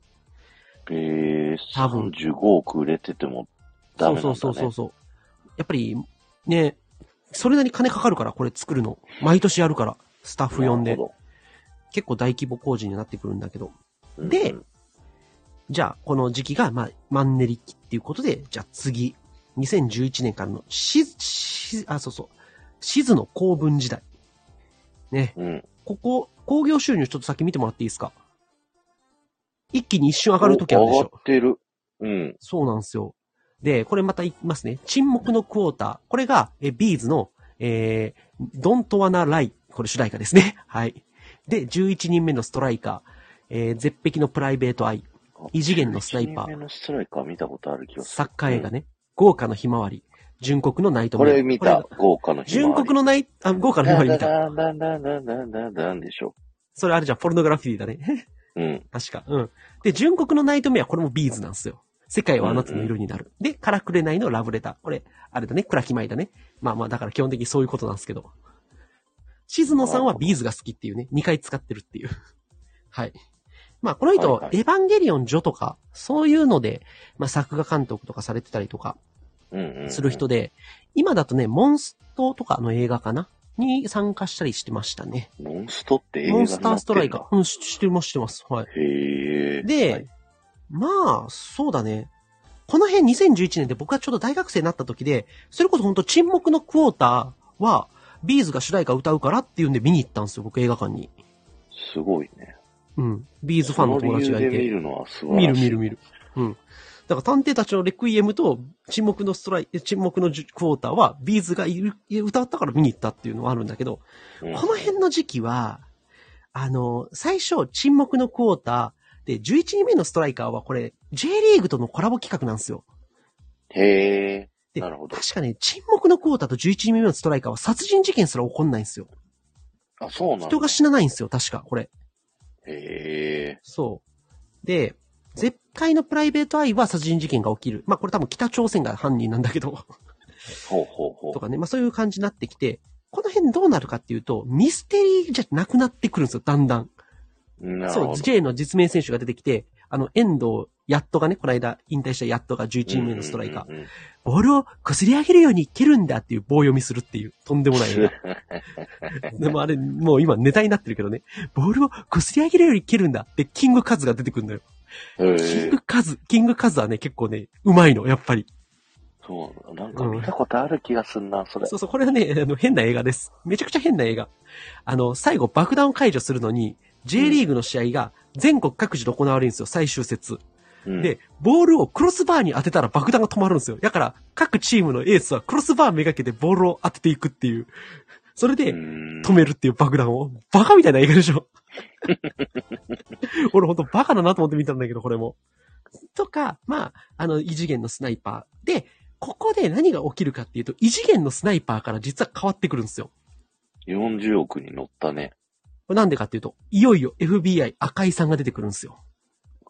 うん。えー、多分35億売れててもダメなんだ、そうね。そうそうそう。やっぱり、ね、それなりに金かかるから、これ作るの。毎年やるから、スタッフ呼んなでる。ほ結構大規模工事になってくるんだけど。ど、でうんうんじゃあ、この時期が、まあ、マンネリ期っていうことで、じゃあ次、2011年からの、し、し、あ、そうそう、しずの公文時代。ね、うん。ここ、工業収入ちょっと先見てもらっていいですか一気に一瞬上がるときあるでし上ょがってる。うん。そうなんですよ。で、これまたいきますね。沈黙のクォーター。これが、えビーズの、えー、Don't Wanna Lie。これ主題歌ですね。はい。で、11人目のストライカー。えー、絶壁のプライベートアイ。異次元のスナイパー異次元のストライカー見たことある気がすサッカー映画ね。豪華のひまわり。純国のナイる。トこメアれ見た、豪華のひま純わり国のナイ、あ、豪華のひまわり見た。だんだんだんだんだんだんだんでしょ。それあれじゃん、ポルノグラフィティだね。 うん。確か。うん。で、純国のナイトメア、これもビーズなんですよ。世界はあなたの色になる。で、からくれないのラブレター。これ、あれだね、クラキマイだね。まあまあ、だから基本的にそういうことなんですけど。静野さんはビーズが好きっていうね、2回使ってるっていう。 はい。まあ、この人、はいはいエヴァンゲリオン・ジョとか、そういうので、まあ、作画監督とかされてたりとか、うんうん、うん。する人で、今だとね、モンストとかの映画かなに参加したりしてましたね。モンストって映画モにンなスってんだターストライカー。うん、ししてます、してます。はい。へえ。で、はいまあ、そうだね。この辺2011年で僕がちょうど大学生になった時で、それこそ本当沈黙のクォーターは、ビーズが主題歌歌うからっていうんで見に行ったんですよ、僕映画館に。すごいね。うん。ビーズファンの友達がいその理由で見て。るのは素晴見らるしい。見る見る。うん。だから探偵たちのレクイエムと沈黙のストライ、沈黙のクォーターはビーズがいる歌ったから見に行ったっていうのはあるんだけど、うんこの辺の時期は、あの、最初、沈黙のクォーターで、11人目のストライカーはこれ、J リーグとのコラボ企画なんですよ。へえ。で、なるほど確かね、沈黙のクォーターと11人目のストライカーは殺人事件すら起こんないんですよ。あ、そうなんだ人。が死なないんですよ、確か、これ。へえ。そう。で、絶海のプライベートアイは殺人事件が起きる。まあこれ多分北朝鮮が犯人なんだけど、ほうほうほうと。かね、まあそういう感じになってきて、この辺どうなるかっていうと、ミステリーじゃなくなってくるんですよ、だんだん。なるそほう、ど。 J の実名選手が出てきて、あの、遠藤、やっとがね、この間引退したやっとが11名のストライカー。うんうんうんボールをこすり上げるようにいけるんだっていう棒読みするっていう、とんでもな い映画。でもあれ、もう今ネタになってるけどね、ボールをこすり上げるようにいけるんだって、キングカズが出てくるんだよ。へキンえグ。カズ、キングカズはね、結構ね、うまいの、やっぱり。そうなんだ。なんか見たことある気がすんな、それ。そうそう、これはね、あの、変な映画です。めちゃくちゃ変な映画。あの、最後爆弾を解除するのに、J リーグの試合が全国各地で行われるんですよ、最終節。うん、で、ボールをクロスバーに当てたら爆弾が止まるんですよ。だから、各チームのエースはクロスバーめがけてボールを当てていくっていう。それで、止止めるっていう爆弾を。バカみたいな映画でしょ俺ほんとバカだなと思って見たんだけど、これも。とか、まあ、あの、異次元のスナイパー。で、ここで何が起きるかっていうと、異次元のスナイパーから実は変わってくるんですよ。 40億に乗ったね。なんでかっていうと、いよいよ FBI 赤井さんが出てくるんですよ。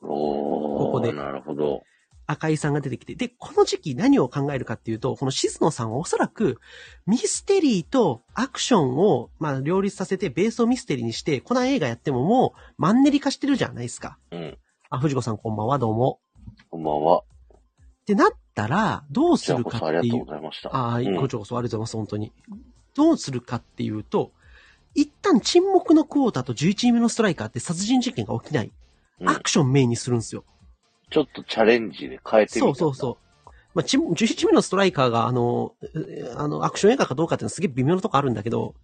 おこー、でなるほど。赤井さんが出てきて、で、この時期何を考えるかっていうと、この静野さんはおそらく、ミステリーとアクションを、まあ、両立させて、ベースをミステリーにして、この映画やってももう、マンネリ化してるじゃないですか。うん。あ、藤子さんこんばんは、どうも。こんばんは。ってなったら、どうじすゃあるこかそあっりがていとうう。ございました。ああ、うんごちそうこそありがとうございます、本当に。どうするかっていうと、一旦沈黙のクォーターと11名のストライカーって殺人事件が起きない。うんアクションメインにするんですよ。ちょっとチャレンジで変えてみたんだ。そうそうそう。まあ、チーム11名のストライカーが、あの、えあの、アクション映画かどうかっていうのはすげえ微妙なとこあるんだけど、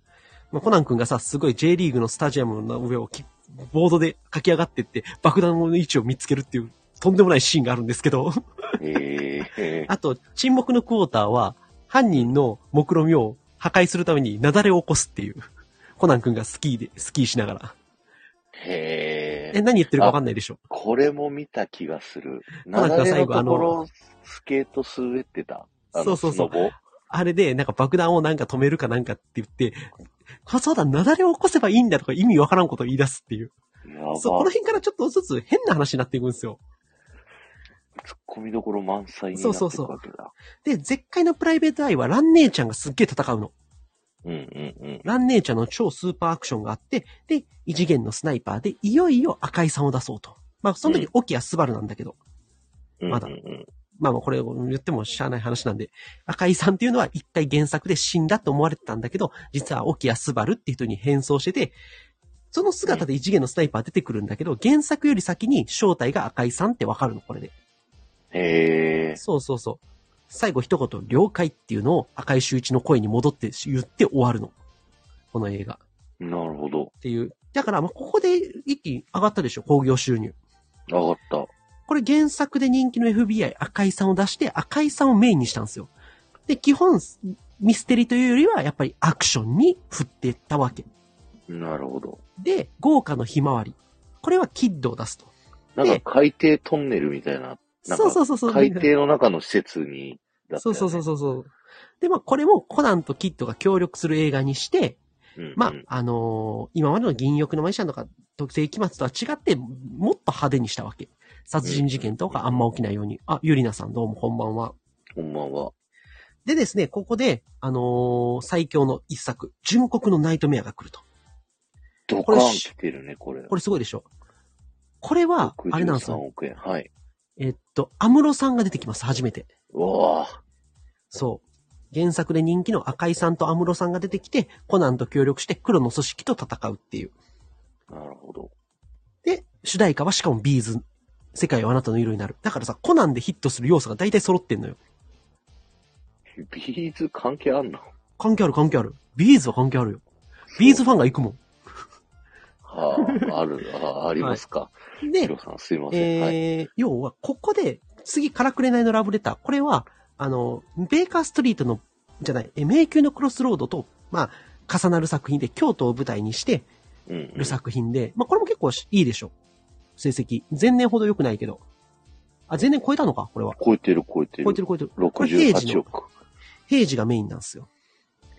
まあ、コナン君がさ、すごい J リーグのスタジアムの上をきボードで駆け上がってって、爆弾の位置を見つけるっていう、とんでもないシーンがあるんですけど、へえ。あと、沈黙のクォーターは、犯人の目論見を破壊するために雪崩を起こすっていう、コナン君がスキーで、スキーしながら。へえ、え。何言ってるかわかんないでしょ。これも見た気がする。コナなン君だはれ最の後あとのころ、スケート滑ってた。あのそうそうそうスノボあれで、なんか爆弾をなんか止めるかなんかって言って、こそうだ、雪崩を起こせばいいんだとか意味わからんことを言い出すっていう。やば。そう、この辺からちょっとずつ変な話になっていくんですよ。突っ込みどころ満載になそうってそうくそうわけだ。で、絶海のプライベートアイはラン姉ちゃんがすっげえ戦うの。うんうんうん。ラン姉ちゃんの超スーパーアクションがあって、で、異次元のスナイパーで、いよいよ赤井さんを出そうと。まあ、その時、オキアスバルなんだけど、うんうんうんまだまあまあこれを言ってもしゃあない話なんで、赤井さんっていうのは一回原作で死んだと思われてたんだけど、実は沖谷スバルっていう人に変装してて、その姿で異次元のスナイパー出てくるんだけど、原作より先に正体が赤井さんってわかるの、これで。へえ。そうそうそう。最後一言、了解っていうのを赤井周一の声に戻って言って終わるの。この映画。なるほど。っていう。だから、まあここで一気に上がったでしょ、興行収入。上がった。これ原作で人気の FBI 赤井さんを出して赤井さんをメインにしたんですよ。で、基本ミステリというよりはやっぱりアクションに振っていったわけ。なるほど。で、豪華のひまわり。これはキッドを出すと。なんでか海底トンネルみたいな、なんかそうそうそうそう。海底の中の施設に、だったよそうねそうそうそうそう。で、まあこれもコナンとキッドが協力する映画にして、うんうん。まあ、あのー今までの銀翼のマジシャンとか特定期末とは違って、もっと派手にしたわけ。殺人事件とかあんま起きないように。あ、ゆりなさんどうもこんばんは。こんばんは。でですね、ここで、あのー最強の一作、純国のナイトメアが来ると。ドこカれーン来てるね、これ。これすごいでしょこれは、あれなんです63よ。億円。はい。えっと、アムロさんが出てきます、初めて。うわあそう。原作で人気の赤井さんと安室さんが出てきて、コナンと協力して黒の組織と戦うっていう。なるほど。で、主題歌はしかもビーズ。世界はあなたの色になる。だからさ、コナンでヒットする要素が大体揃ってんのよ。ビーズ関係あんの関係ある関係ある。ビーズは関係あるよ。ビーズファンが行くもは あ、ある、あありますか。ん。ヒで、ロさんすいません。はい。えー、要は、ここで、次、カラクレナイのラブレター。これは、あの、ベーカーストリートの、じゃない、え迷宮のクロスロードと、まあ、重なる作品で、京都を舞台にしてうんうんる作品で、まあ、これも結構しいいでしょ。成績。前年ほど良くないけど。あ、前年超えたのかこれは。超えてる超えてる。超えてる超えてる。これ平時68の、億。平時がメインなんですよ。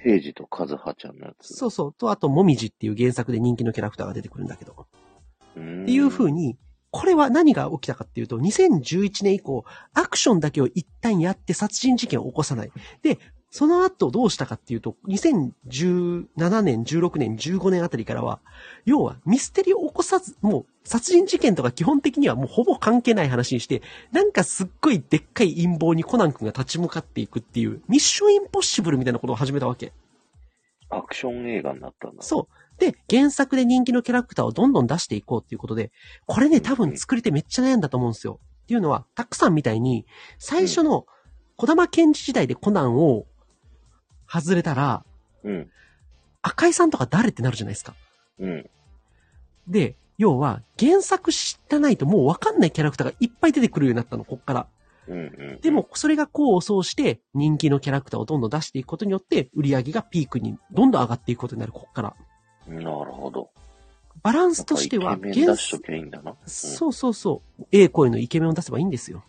平治とカズハちゃんのやつ。そうそう。と、あと、もみじっていう原作で人気のキャラクターが出てくるんだけど。うっん。ていう風に。に、これは何が起きたかっていうと、2011年以降、アクションだけを一旦やって殺人事件を起こさない。で、その後どうしたかっていうと、2017年、16年、15年あたりからは、要はミステリーを起こさず、もう殺人事件とか基本的にはもうほぼ関係ない話にして、なんかすっごいでっかい陰謀にコナン君が立ち向かっていくっていう、ミッションインポッシブルみたいなことを始めたわけ。アクション映画になったんだ。そう。で、原作で人気のキャラクターをどんどん出していこうっていうことで、これね、多分作り手めっちゃ悩んだと思うんですよ。っていうのは、たくさんみたいに、最初の小玉健治時代でコナンを外れたら、う。うん。赤井さんとか誰ってなるじゃないですか。うん。で、要は、原作知らないともうわかんないキャラクターがいっぱい出てくるようになったの、こっから。うん。うん。でも、それが功を奏して、人気のキャラクターをどんどん出していくことによって、売り上げがピークにどんどん上がっていくことになる、こっから。なるほど。バランスとしては、なんかイケメン出しときゃいいんだな。そうそうそう。ええ声のイケメンを出せばいいんですよ。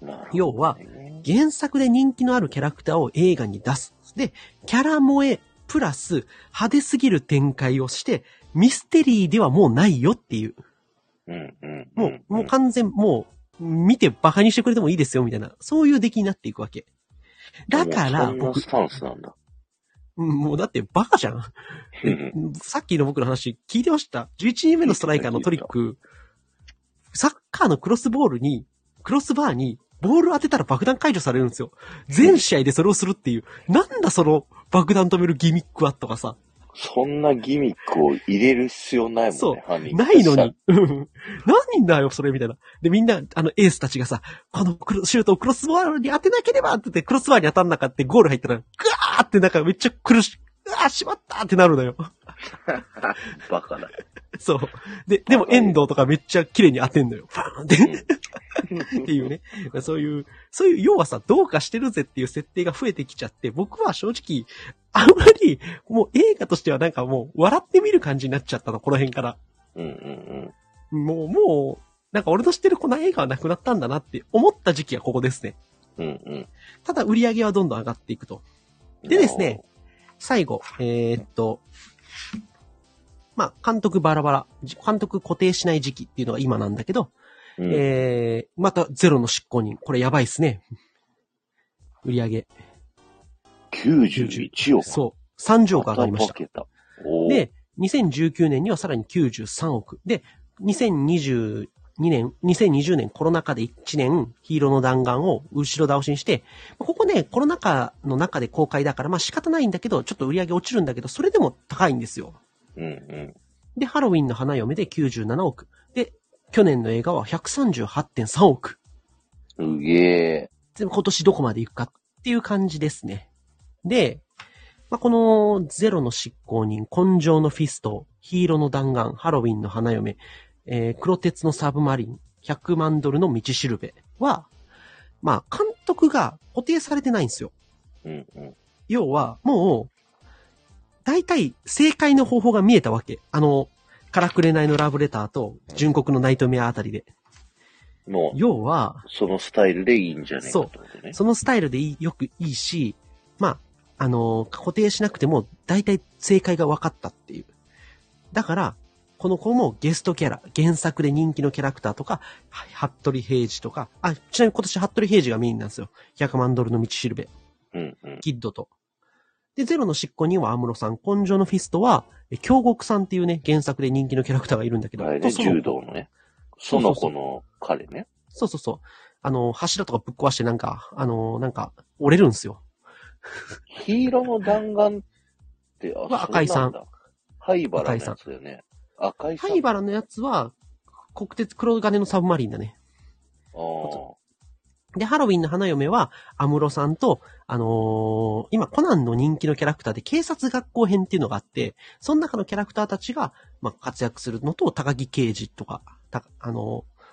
うん。なるほどね要は、原作で人気のあるキャラクターを映画に出す。で、キャラ萌え、プラス、派手すぎる展開をして、ミステリーではもうないよっていう。うん。うん。もんう、もう完全、もう、見てバカにしてくれてもいいですよ、みたいな。そういう出来になっていくわけ。だかもら、うそんな僕ス、タンスなんだ。うんもうだってバカじゃん。うんさっきの僕の話聞いてました。11人目のストライカーのトリック、サッカーのクロスボールに、クロスバーに、ボール当てたら爆弾解除されるんですよ。全試合でそれをするっていう。なんだその爆弾止めるギミックはとかさ。そんなギミックを入れる必要ないもんね、そう犯人ないのに。。うん何だよ、それみたいな。で、みんな、あの、エースたちがさ、このクロシュートをクロスバーに当てなければって言って、クロスバーに当たんなかってゴール入ったら、グワーってなんかめっちゃ苦しい。うわー、しまったってなるのよ。バカだ。 そう。で、でも遠藤とかめっちゃ綺麗に当てんのよ。ファーンって。っていうね。そういう、そういう、要はさ、どうかしてるぜっていう設定が増えてきちゃって、僕は正直、あんまり、もう映画としてはなんかもう、笑ってみる感じになっちゃったの、この辺から。うんうんもう、もう、なんか俺の知ってるこの映画はなくなったんだなって思った時期がここですね。うん。うんただ売り上げはどんどん上がっていくと。うん。でですね。最後、えーっと、まあ、監督バラバラ、じ監督固定しない時期っていうのが今なんだけど、うん、えー、またゼロの執行人。これやばいっすね。売り上げ。 91億。そう。30億上がりまましたた。化けた。おー、で、2019年にはさらに93億。で、2022年、2020年コロナ禍で1年、ヒーローの弾丸を後ろ倒しにして、ここね、コロナ禍の中で公開だから、まあ仕方ないんだけど、ちょっと売り上げ落ちるんだけど、それでも高いんですよ。うんうん。で、ハロウィンの花嫁で97億。で、去年の映画は138.3億。すげえ。で今年どこまで行くかっていう感じですね。で、まあ、このゼロの執行人、根性のフィスト、ヒーローの弾丸、ハロウィンの花嫁、えー、黒鉄のサブマリン、100万ドルの道しるべは、まあ、監督が固定されてないんですよ。うんうん。要は、もう、大体正解の方法が見えたわけ。あの、カラクレナイのラブレターと、純国のナイトメアあたりで。もう、要は、そのスタイルでいいんじゃねえかってことね。そのスタイルでいいよくいいし、まあ、あのー固定しなくても、大体正解が分かったっていう。だから、この子もゲストキャラ、原作で人気のキャラクターとか、は服部平次とか、あ、ちなみに今年服部平次がメインなんですよ。100万ドルの道しるべ、うんうん。キッドと。で、ゼロの執行人は安室さん、根性のフィストは、え京極さんっていうね、原作で人気のキャラクターがいるんだけど、あれとね、その柔道のね。その子の彼ね。そうそうそう。あの、柱とかぶっ壊してなんか、あの、なんか、折れるんですよ。黄色の弾丸って、あ、はそう赤井さんなんだ。灰原のやつだよね。赤いさん。灰原のやつは、国鉄黒金のサブマリンだね。あーで、ハロウィンの花嫁は、アムロさんと、あのー今、コナンの人気のキャラクターで、警察学校編っていうのがあって、その中のキャラクターたちが、まあ、活躍するのと、高木刑事とか、たあのー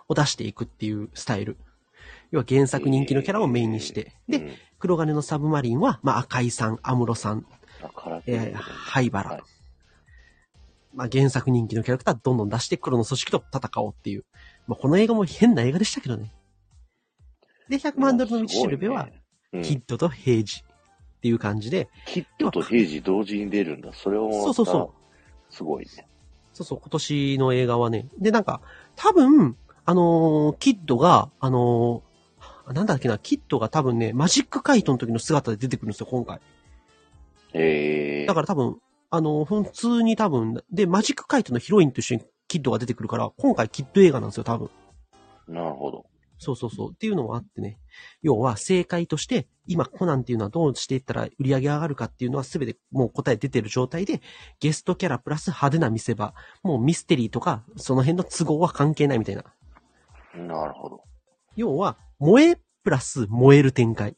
を出していくっていうスタイル。要は原作人気のキャラをメインにして。うで、ん、黒金のサブマリンは、まあ、赤井さん、アムロさん、あ空手えー、灰原。はいまあ、原作人気のキャラクターどんどん出して黒の組織と戦おうっていう。まあ、この映画も変な映画でしたけどね。で、100万ドルの道しるべは、うん、キッドと平治っていう感じで、キッドと平時同時に出るんだ。それを。そうそうそうすごいね。そうそう、今年の映画はね。で、なんか、多分、あのーキッドが、あのーなんだっけな、キッドが多分ね、マジックカイトの時の姿で出てくるんですよ、今回。えー、だから多分、あの、普通に多分、で、マジックカイトのヒロインと一緒にキッドが出てくるから、今回キッド映画なんですよ、多分。なるほど。そうそうそう。っていうのもあってね。要は、正解として、今、コナンっていうのはどうしていったら売り上げ上がるかっていうのは全てもう答え出てる状態で、ゲストキャラプラス派手な見せ場、もうミステリーとか、その辺の都合は関係ないみたいな。なるほど。要は、萌えプラス燃える展開。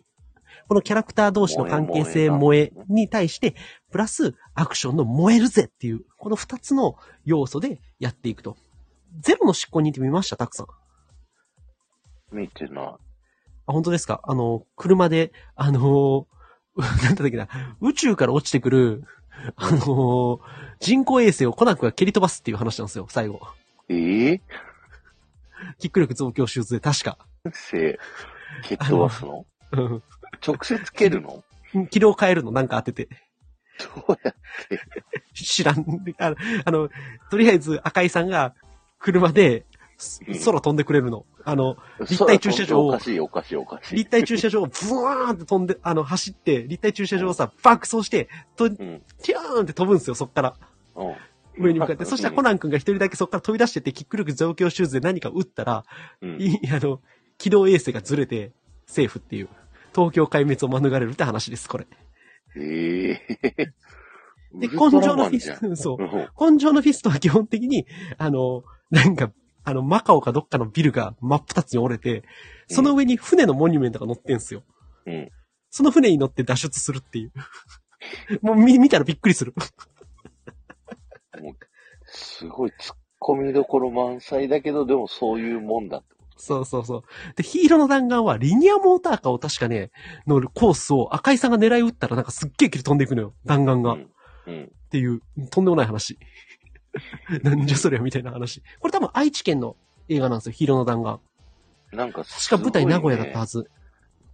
このキャラクター同士の関係性萌萌ええに対して、プラスアクションの燃えるぜっていう、この二つの要素でやっていくと。ゼロの執行に行ってみました、たくさん。見てなあ、本当ですかあの、車で、あの ーなんだっけな、宇宙から落ちてくる、あのー人工衛星をコナン君が蹴り飛ばすっていう話なんですよ、最後。い。ええキック力増強手術で、確か。ー、せ、蹴っ飛ばすのうん直接蹴るの軌道変えるの、なんか当てて。どうや知らん。あの、あのとりあえず赤井さんが車でそうん空飛んでくれるの。あの、 立体駐車場をおかしいおかしいおかしい。立体駐車場をブワーンって飛んで、あの、走って、立体駐車場をさ、爆走して、と、テうん。ィャーンって飛ぶんですよ、そっから。うん。上に向かって。そしたらコナン君が一人だけそっから飛び出してって、キック力増強シューズで何か撃ったら、うん。いあの、軌道衛星がずれて、セーフっていう。東京壊滅を免れるって話です、これ。ええー。で、ウル根トラ性マのンフィじゃんス、そう。うん根性のフィストは基本的に、あの、なんか、あの、マカオかどっかのビルが真っ二つに折れて、その上に船のモニュメントが乗ってんすよ。うん。その船に乗って脱出するっていう。 もう見見たらびっくりする。 すごい突っ込みどころ満載だけど、でもそういうもんだってこそうそうそう。で、ヒーローの弾丸はリニアモーターカーを確かね、乗るコースを赤井さんが狙い撃ったらなんかすっげえ切り飛んでいくのよ。弾丸と。が。うっん。うん。ていう、とんでもない話。 なんじゃそりゃみたいな話。これ多分愛知県の映画なんですよ、ヒーローの弾丸。なんか確すごかいね、舞台名古屋だったはず。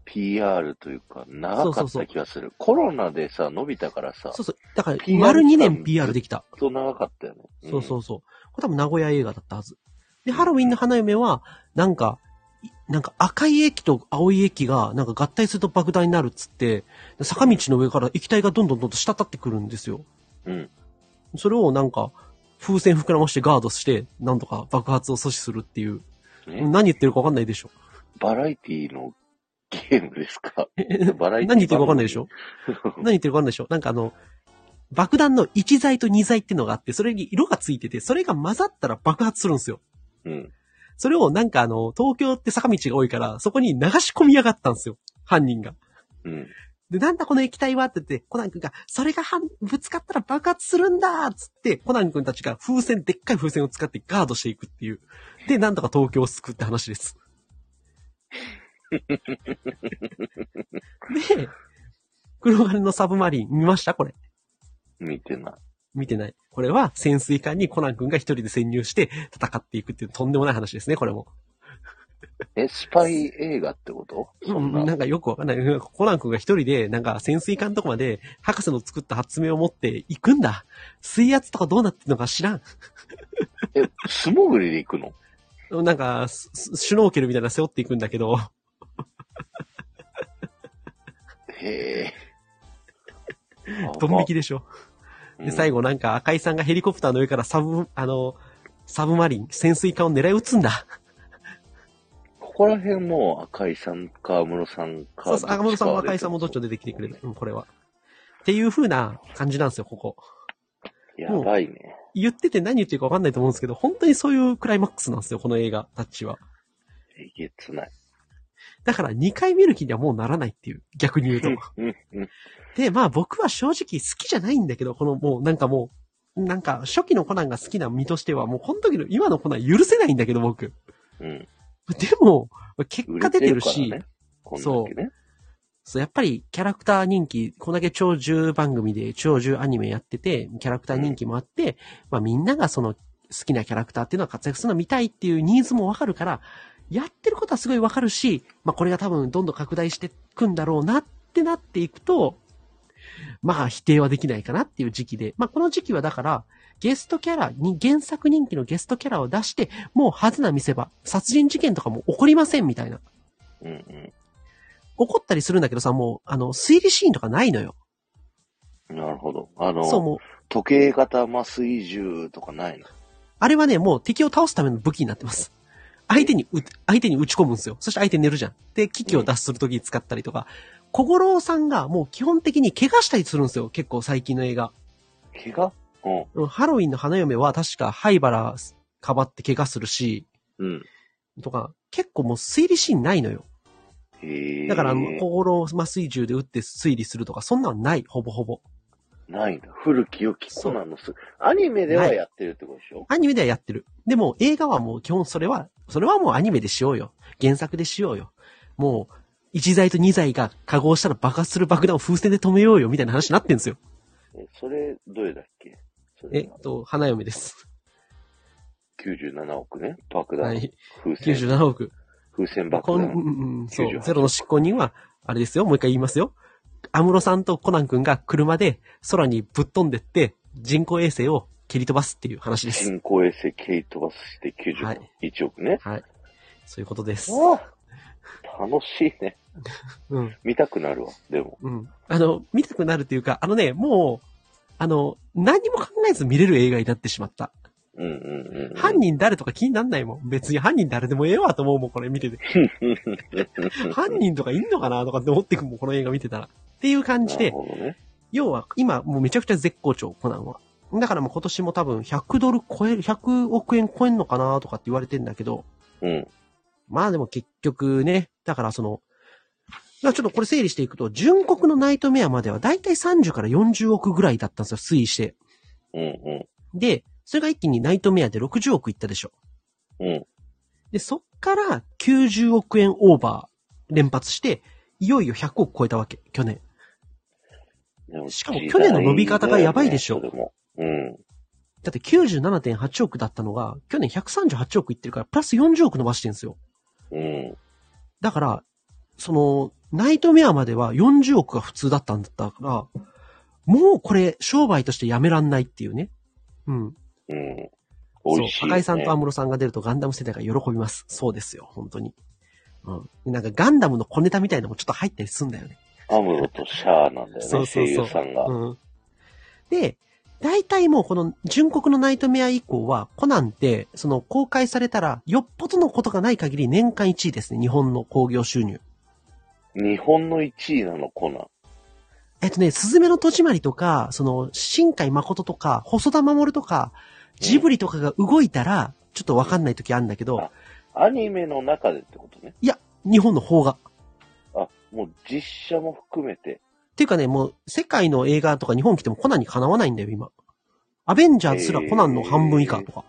PR というか、長かそうっそうそたう気がする。コロナでさ、伸びたからさ、そうそう。だから、 PR 丸2期年間 PR できた。ずっと長かったよね。そうそううそう。これ多分名古屋映画だったはず。で、ハロウィンの花嫁は、なんか、いなんか赤い駅と青い駅が、なんか合体すると爆弾になるっつって、坂道の上から液体がどんどんどんどん滴ってくるんですよ。ん。うん。それをなんか、風船膨らましてガードして、なんとか爆発を阻止するっていう。ね何言ってるかわかんないでしょ。バラエティのゲームですかバラエティ何言ってるかわかんない でしょ番組何言ってるかわかんないでしょなんかあの、爆弾の1剤と2剤っていうのがあって、それに色がついてて、それが混ざったら爆発するんですよ。うん。それをなんかあの、東京って坂道が多いから、そこに流し込みやがったんですよ。犯人が。うん。で、なんだこの液体はって言って、コナン君が、それがはんぶつかったら爆発するんだっつって、コナン君たちが風船、でっかい風船を使ってガードしていくっていう。で、なんとか東京を救って話です。で、黒金のサブマリン見ましたこれ。見てない。見てない。これは潜水艦にコナン君が一人で潜入して戦っていくっていうとんでもない話ですね、これも。え、スパイ映画ってことそんうんな。なんかよくわかんない。 なんかコナン君が一人で、なんか潜水艦とこまで、博士の作った発明を持って行くんだ。水圧とかどうなってるのか知らん。え、素潜りで行くのなんか、ススシュノーケルみたいなの背負っていくんだけ ど、へえ。 ドン引きでしょ。きで、最後なんか赤井さんがヘリコプターの上からサブ、あの、サブマリン、潜水艦を狙い撃つんだ。ここら辺も赤井さんか安室さんか。そうそう、赤本さんも赤井さんもどっちもで出てきてくれる。うん、これは。っていう風な感じなんですよ、ここ。やばいね。言ってて何言ってるか分かんないと思うんですけど、本当にそういうクライマックスなんですよ、この映画、タッチは。えげつない。だから2回見る気にはもうならないっていう、逆に言うと。うんうん。で、まあ僕は正直好きじゃないんだけど、このもうなんかもう、なんか初期のコナンが好きな身としては、もうこの時の今のコナン許せないんだけど、僕。うん。でも、結売果れ出ててるるからし、ね。こんだけね。そう、やっぱりキャラクター人気、こんだけ超重番組で超重アニメやってて、キャラクター人気もあって、まあみんながその好きなキャラクターっていうのは活躍するの見たいっていうニーズもわかるから、やってることはすごいわかるし、まあこれが多分どんどん拡大してくんだろうなってなっていくと、まあ否定はできないかなっていう時期で、まあこの時期はだから、ゲストキャラに、原作人気のゲストキャラを出して、もうはずな見せ場、殺人事件とかも起こりませんみたいな。うんうん。怒ったりするんだけどさ、もう、あの、推理シーンとかないのよ。なるほど。あそう、の、もう、時計型麻酔銃とかないのあれはね、もう敵を倒すための武器になってます。相手にう、相手に打ち込むんですよ。そして相手寝るじゃん。で、危機を脱出するときに使ったりとか。小五郎さんがもう基本的に怪我したりするんですよ。結構最近の映画。怪我うん。うんハロウィンの花嫁は確か灰原かばって怪我するし、うん。とか、結構もう推理シーンないのよ。へえ。だから、あの小五郎麻酔銃で撃って推理するとか、そんなのない、ほぼほぼ。ないんだ。古き良きコナンのす、アニメではやってるってことでしょアニメではやってる。でも映画はもう基本それは、それはもうアニメでしようよ。原作でしようよ。もう、1剤と2剤が加合したら爆発する爆弾を風船で止めようよみたいな話になってんですよ。えそれ、どれだっけそえれっと、花嫁です。 97億ね。爆弾。はい。風船。 97億。風船爆こん、う弾。ん、うん、そう。 98ゼロの執行人は、あれですよ。もう一回言いますよ。安室さんとコナン君が車で空にぶっ飛んでって、人工衛星を蹴り飛ばすっていう話です。人工衛星蹴り飛ばして91億ね。はい。そういうことです。お楽しいね。うん。見たくなるわ、でも。うん。あの、見たくなるというか、あのね、もう、あの、何も考えず見れる映画になってしまった。うんうんうんうん。 犯人誰とか気になんないもん。別に犯人誰でもええわと思うもん、これ見てて。犯人とかいんのかなとかって思ってくもん、この映画見てたら。っていう感じなるで、ほどね。要は今もうめちゃくちゃ絶好調、コナンは。だからもう今年も多分100ドル超える、100億円超えんのかなとかって言われてんだけど、うん。まあでも結局ね、だからその、だからちょっとこれ整理していくと、純国のナイトメアまではだいたい30から40億ぐらいだったんですよ、推移して。うんうで、それが一気にナイトメアで60億いったでしょ。ん。うん。で、そっから90億円オーバー連発して、いよいよ100億超えたわけ、去年。でもしかも去年の伸び方がやばいでしょ時代だよねそれもだって97.8億だったのが、去年138億いってるから、プラス40億伸ばしてるんですよ。うん。うん。だから、その、ナイトメアまでは40億が普通だったんだったから、もうこれ商売としてやめらんないっていうね。うん。うん。美味しい、そう。ね。赤井さんと安室さんが出るとガンダム世代が喜びます。そうですよ、本当に。うん。なんかガンダムの小ネタみたいなのもちょっと入ったりすんだよね。アムロとシャアなんだよね、そうそうそう声優さんが。うん。で、大体もうこの純国のナイトメア以降は、コナンって、その公開されたら、よっぽどのことがない限り年間1位ですね、日本の興行収入。日本の1位なの、コナン。えっとね、すずめの戸締まりとか、その、新海誠とか、細田守とか、ジブリとかが動いたら、ちょっとわかんない時あるんだけどあ、アニメの中でってことね。日本の方が。っあ、もう実写も含めて。ていうかね、もう、世界の映画とか日本来てもコナンにかなわないんだよ、今。アベンジャーズすらコナンの半分以下とか。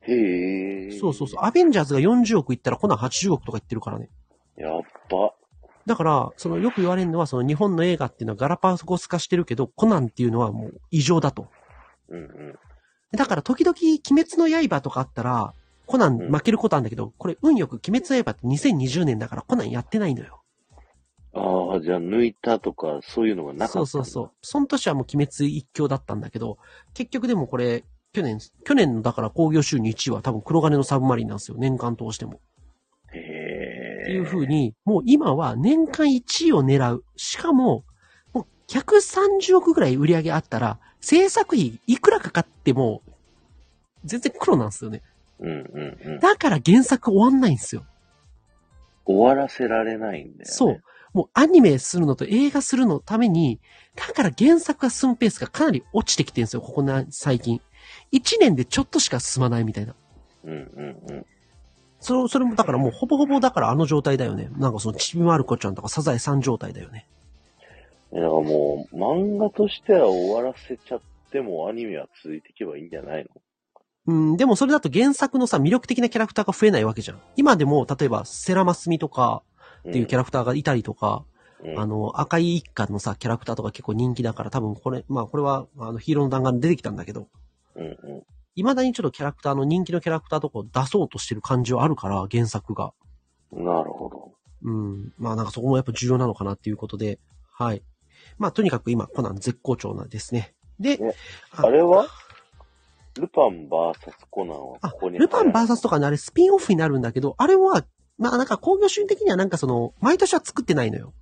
へえ。そうそうそう。アベンジャーズが40億いったらコナン80億とかいってるからね。う。やっば。だから、そのよく言われるのは、その日本の映画っていうのはガラパゴス化してるけど、コナンっていうのはもう異常だと。うんうん。だから時々鬼滅の刃とかあったら、コナン負けることあるんだけど、これ運よく鬼滅の刃って2020年だからコナンやってないのよ。ああ、じゃあ抜いたとか、そういうのがなかった。そうそうそう。その年はもう鬼滅一強だったんだけど、結局でもこれ、去年、去年のだから興行収入1位は多分黒金のサブマリンなんですよ。年間通しても。へえ。っていう風に、もう今は年間1位を狙う。しかも、もう130億ぐらい売り上げあったら、制作費いくらかかっても、全然黒なんですよね。うんうんうん。だから原作終わんないんですよ。終わらせられないんだよね。そう。。もうアニメするのと映画するのために、だから原作が進むペースがかなり落ちてきてるんですよ、ここな、最近。1年でちょっとしか進まないみたいな。うんうんうん。それ、それもだからもうほぼほぼだからあの状態だよね。なんかそのちびまる子ちゃんとかサザエさん状態だよね。だからもう、漫画としては終わらせちゃっても、アニメは続いていけばいいんじゃないのうん、でもそれだと原作のさ、魅力的なキャラクターが増えないわけじゃん。今でも、例えば、セラマスミとかっていうキャラ、ラクターがいたりとか、うんあの、赤い一家のさ、キャラクターとか結構人気だから、多分これ、まあこれは、あの、ヒーローの弾丸で出てきたんだけど、うんうん。未だにちょっとキャラクターの人気のキャラクターとかを出そうとしてる感じはあるから、原作が。なるほど。うん。まあなんかそこもやっぱ重要なのかなっていうことで、はい。まあとにかく今、コナン絶好調なんですね。でね、ああれはルパンバーサスコナンはこあこ、にルパンバーササスとかね、あれスピンオフになるんだけど、あれは、まあなんか工業主義的にはなんかその、毎年は作ってないのよ。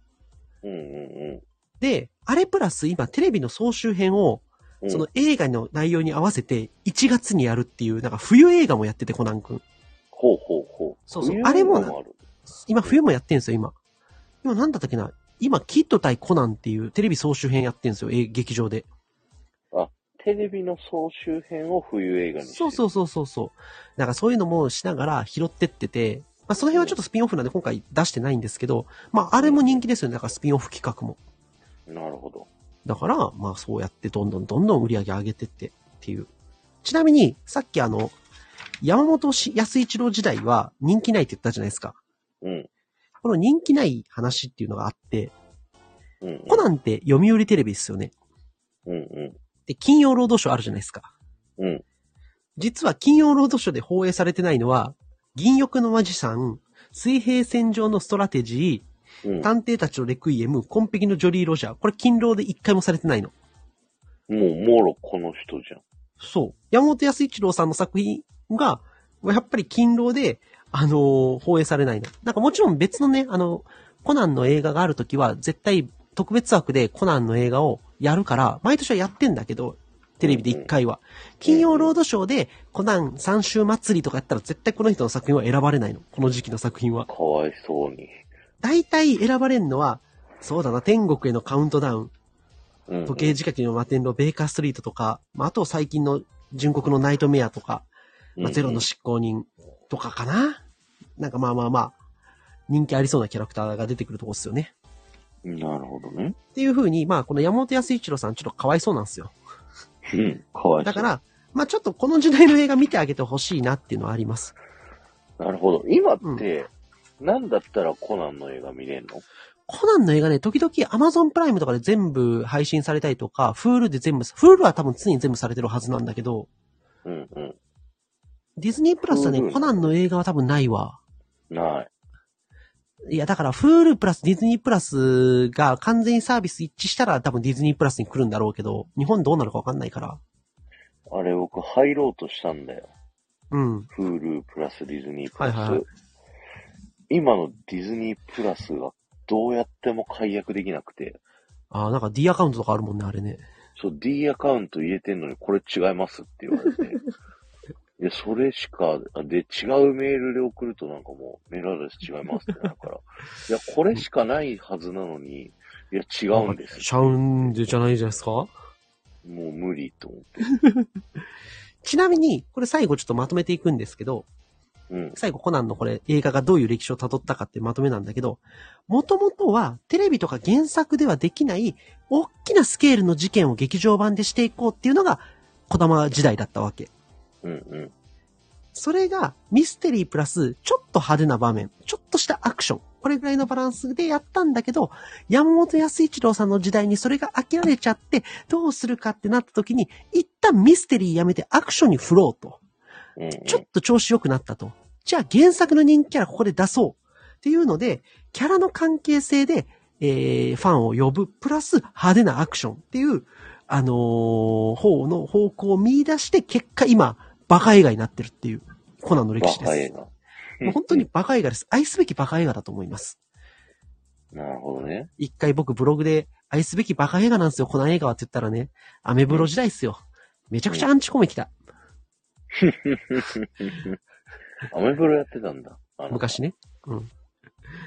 うんうんで、あれプラス今テレビの総集編を、うん。その映画の内容に合わせて1月にやるっていう、なんか冬映画もやっててコナン君。ほうほうほう。そうそういあれものある。今冬もやってんすよ、今。今なんだったっけな今、キッド対コナンっていうテレビ総集編やってんすよ、え劇場で。テレビの総集編を冬映画にして。そうそううそうそうそう。なんかそういうのもしながら拾ってってて、まあその辺はちょっとスピンオフなんで今回出してないんですけど、まああれも人気ですよね、なんかスピンオフ企画も。なるほど。だから、まあそうやってどんどんどんどん売り上げ上げてってっていう。ちなみに、さっきあの、山本し安一郎時代は人気ないって言ったじゃないですか。うん。この人気ない話っていうのがあって、うんうん。コナンって読売テレビですよね。うんうん。で、金曜ロードショーあるじゃないですか。うん。実は金曜ロードショーで放映されてないのは、銀翼のマジシャン、水平線上のストラテジうんー、探偵たちのレクイエム、コンペキのジョリー・ロジャー。これ金労で一回もされてないの。もう、もろこの人じゃん。そう。山本康一郎さんの作品が、やっぱり勤労で、あのー放映されないの。なんかもちろん別のね、あの、コナンの映画があるときは、絶対特別枠でコナンの映画をやるから、毎年はやってんだけど、テレビで一回は。金曜ロードショーでコナン三週祭りとかやったら絶対この人の作品は選ばれないの。この時期の作品は。かわいそうに。大体選ばれるのは、そうだな、天国へのカウントダウン、うん。時計仕掛けの摩天楼、ベーカーストリートとか、まあ、あと最近の純国のナイトメアとか、まあ、ゼロの執行人とかかななんかまあまあまあ、人気ありそうなキャラクターが出てくるとこっすよね。うんうん。なるほどね。っていう風に、まあこの山本康一郎さんちょっとかわいそうなんですよ。うん。かわいそだう。から、まあちょっとこの時代の映画見てあげてほしいなっていうのはあります。なるほど。今って、なんだったらコナンの映画見れんのコナンの映画ね、時々 Amazon プライムとかで全部配信されたりとか、Hulu で全部、Hulu は多分常に全部されてるはずなんだけど、うんうん。ディズニープラスはね、 Hulu コナンの映画は多分ないわ。ない。いや、だから、Hulu プラスディズニープラスが完全にサービス一致したら多分ディズニープラスに来るんだろうけど、日本どうなるかわかんないから。あれ、僕入ろうとしたんだよ。うん。 Hulu プラスディズニープラス。はいはい今のディズニープラスがどうやっても解約できなくて、ああ、なんか D アカウントとかあるもんね、あれね。そう、D アカウント入れてんのにこれ違いますって言わ れて。いや、それしか、あで、違うメールで送るとなんかもう、メールアドレス違いますってなるから。いや、これしかないはずなのに、いや、違うんです。シャウンでじゃないじゃないですかもう無理と思って。ちなみに、これ最後ちょっとまとめていくんですけど、うん。最後コナンのこれ映画がどういう歴史を辿ったかっていうまとめなんだけど、もともとはテレビとか原作ではできない大きなスケールの事件を劇場版でしていこうっていうのが、小玉時代だったわけ。うんうん。それがミステリープラスちょっと派手な場面、ちょっとしたアクション、これぐらいのバランスでやったんだけど、山本康一郎さんの時代にそれが飽きられちゃって、どうするかってなった時に、一旦ミステリーやめてアクションに振ろうと。うんうん。ちょっと調子良くなったと。じゃあ原作の人気キャラここで出そう。っていうので、キャラの関係性で、えー、ファンを呼ぶ、プラス派手なアクションっていう、あのー方の方向を見出して、結果今、バカ映画になってるっていう、コナンの歴バ史でカ映す。画。もう本当にバカ映画です。愛すべきバカ映画だと思います。なるほどね。 一回僕ブログで、愛すべきバカ映画なんですよ、コナン映画はって言ったらね、アメブロ時代ですよ。めちゃくちゃアンチコメ来た。アメブロやってたんだ。あの昔ね。うん。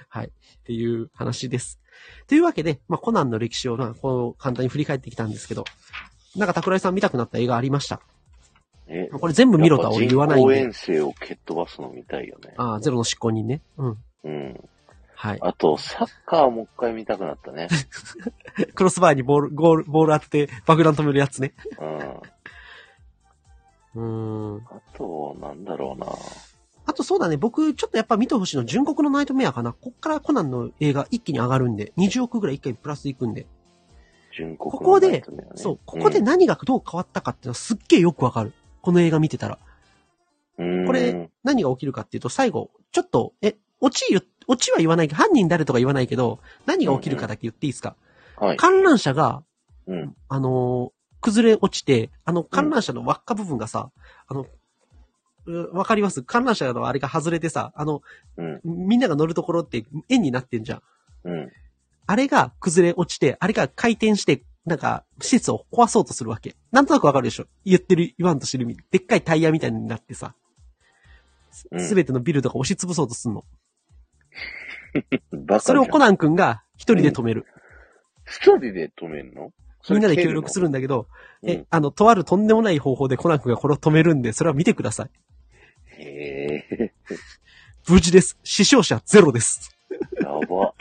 はい。っていう話です。というわけで、まあ、コナンの歴史をな、こう、簡単に振り返ってきたんですけど、なんか、桜井さん見たくなった映画ありました。ね。これ全部見ろとは俺言わないやんっで。ぱ人工衛星を蹴っ飛ばすの見たいよね。ああ、ゼロの執行人ね。うん。うん。はい。あと、サッカーもう一回見たくなった ね。クロスバーにボール、ゴール、ボール当てて爆弾止めるやつね。うん。うーん。あと、なんだろうな。あとそうだね、僕、ちょっとやっぱ見てほしいの、純国のナイトメアかな。こっからコナンの映画一気に上がるんで、20億ぐらい一回プラスいくんで。純国ここでナイトメアねそう、ここで、何がどう変わったかっていうのはすっげえよくわかる。この映画見てたら。うん、これうん何が起きるかっていうと、最後、ちょっと、え、落ち言う、落ちは言わないけど、犯人誰とか言わないけど、何が起きるかだけ言っていいですか、はい。観覧車が、うん。あのー崩れ落ちて、あの観覧車の輪っか部分がさ、あの、うわかります観覧車のあれが外れてさ、あの、うん。みんなが乗るところって円になってんじゃん。うん。あれが崩れ落ちて、あれが回転して、なんか、施設を壊そうとするわけ。なんとなくわかるでしょ言ってる、言わんとしてる意味。でっかいタイヤみたいになってさ。すうんすべてのビルとか押し潰そうとすんの。バカじそゃれんをコナン君が一人で止める。一人で止めんのみんなで協力するんだけど、それ蹴るえ、あの、とあるとんでもない方法でコナン君がこれを止めるんで、それは見てください。のへえ、無事です。死傷者ゼロです。やば。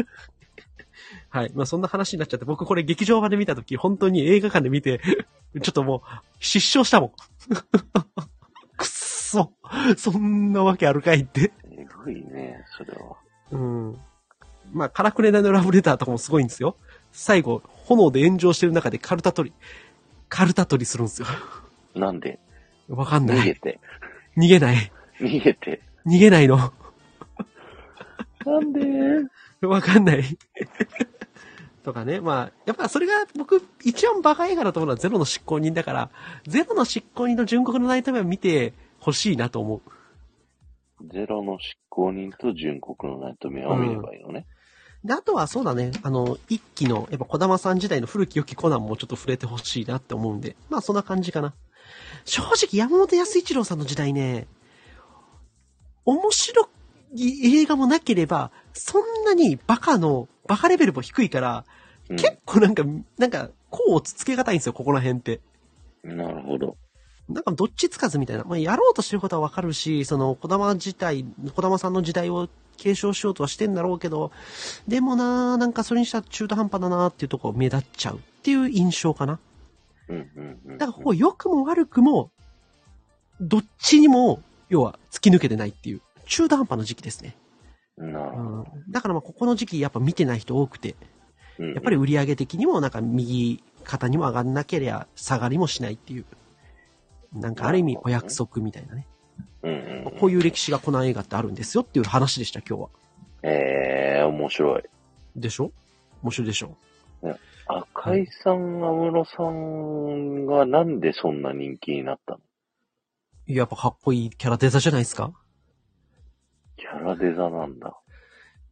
はい。まあ、そんな話になっちゃって、僕これ劇場版で見たとき、本当に映画館で見て、 ちょっともう、失笑したもん。 くっそ。そんなわけあるかいって。えぐいね、それは。うん。まあ、カラクレナのラブレターとかもすごいんですよ。最後、炎で炎上してる中でカルタ取り、カルタ取りするんですよ。なんでわかんな逃げい。て。逃げない。逃げて。逃げないの。 なんでわかんない。 とかね。まあ、やっぱそれが僕、一番バカ映画だと思うのはゼロの執行人だから、ゼロの執行人の純国のナイトメア見てほしいなと思う。ゼロの執行人と純国のナイトメアを見ればいいのね。で、あとはそうだね、あの、一期の、やっぱ小玉さん時代の古き良きコナンもちょっと触れてほしいなって思うんで、まあそんな感じかな。正直山本康一郎さんの時代ね、面白い映画もなければ、そんなにバカの、バカレベルも低いから、うん結構なんか、なんか、こうつつけがたいんですよ、ここら辺って。なるほど。なんかどっちつかずみたいな。まあ、やろうとしてることはわかるし、その、小玉自体、小玉さんの時代を継承しようとはしてんだろうけど、でもなーなんかそれにしたら中途半端だなーっていうところ目立っちゃうっていう印象かな。うんうんうん。だからここ良くも悪くも、どっちにも、要は突き抜けてないっていう、中途半端の時期ですね。なるうほど。ん。だからまあここの時期やっぱ見てない人多くて、うんやっぱり売り上げ的にもなんか右肩にも上がんなければ下がりもしないっていう。なんかある意味お約束みたいなね。うんうんうんこういう歴史がコナン映画ってあるんですよっていう話でした、今日は。ええ、面白い。でしょ面白いでしょ赤井さん、安室さんがなんでそんな人気になったのいややっぱかっこいいキャラデザじゃないですかキャラデザなんだ。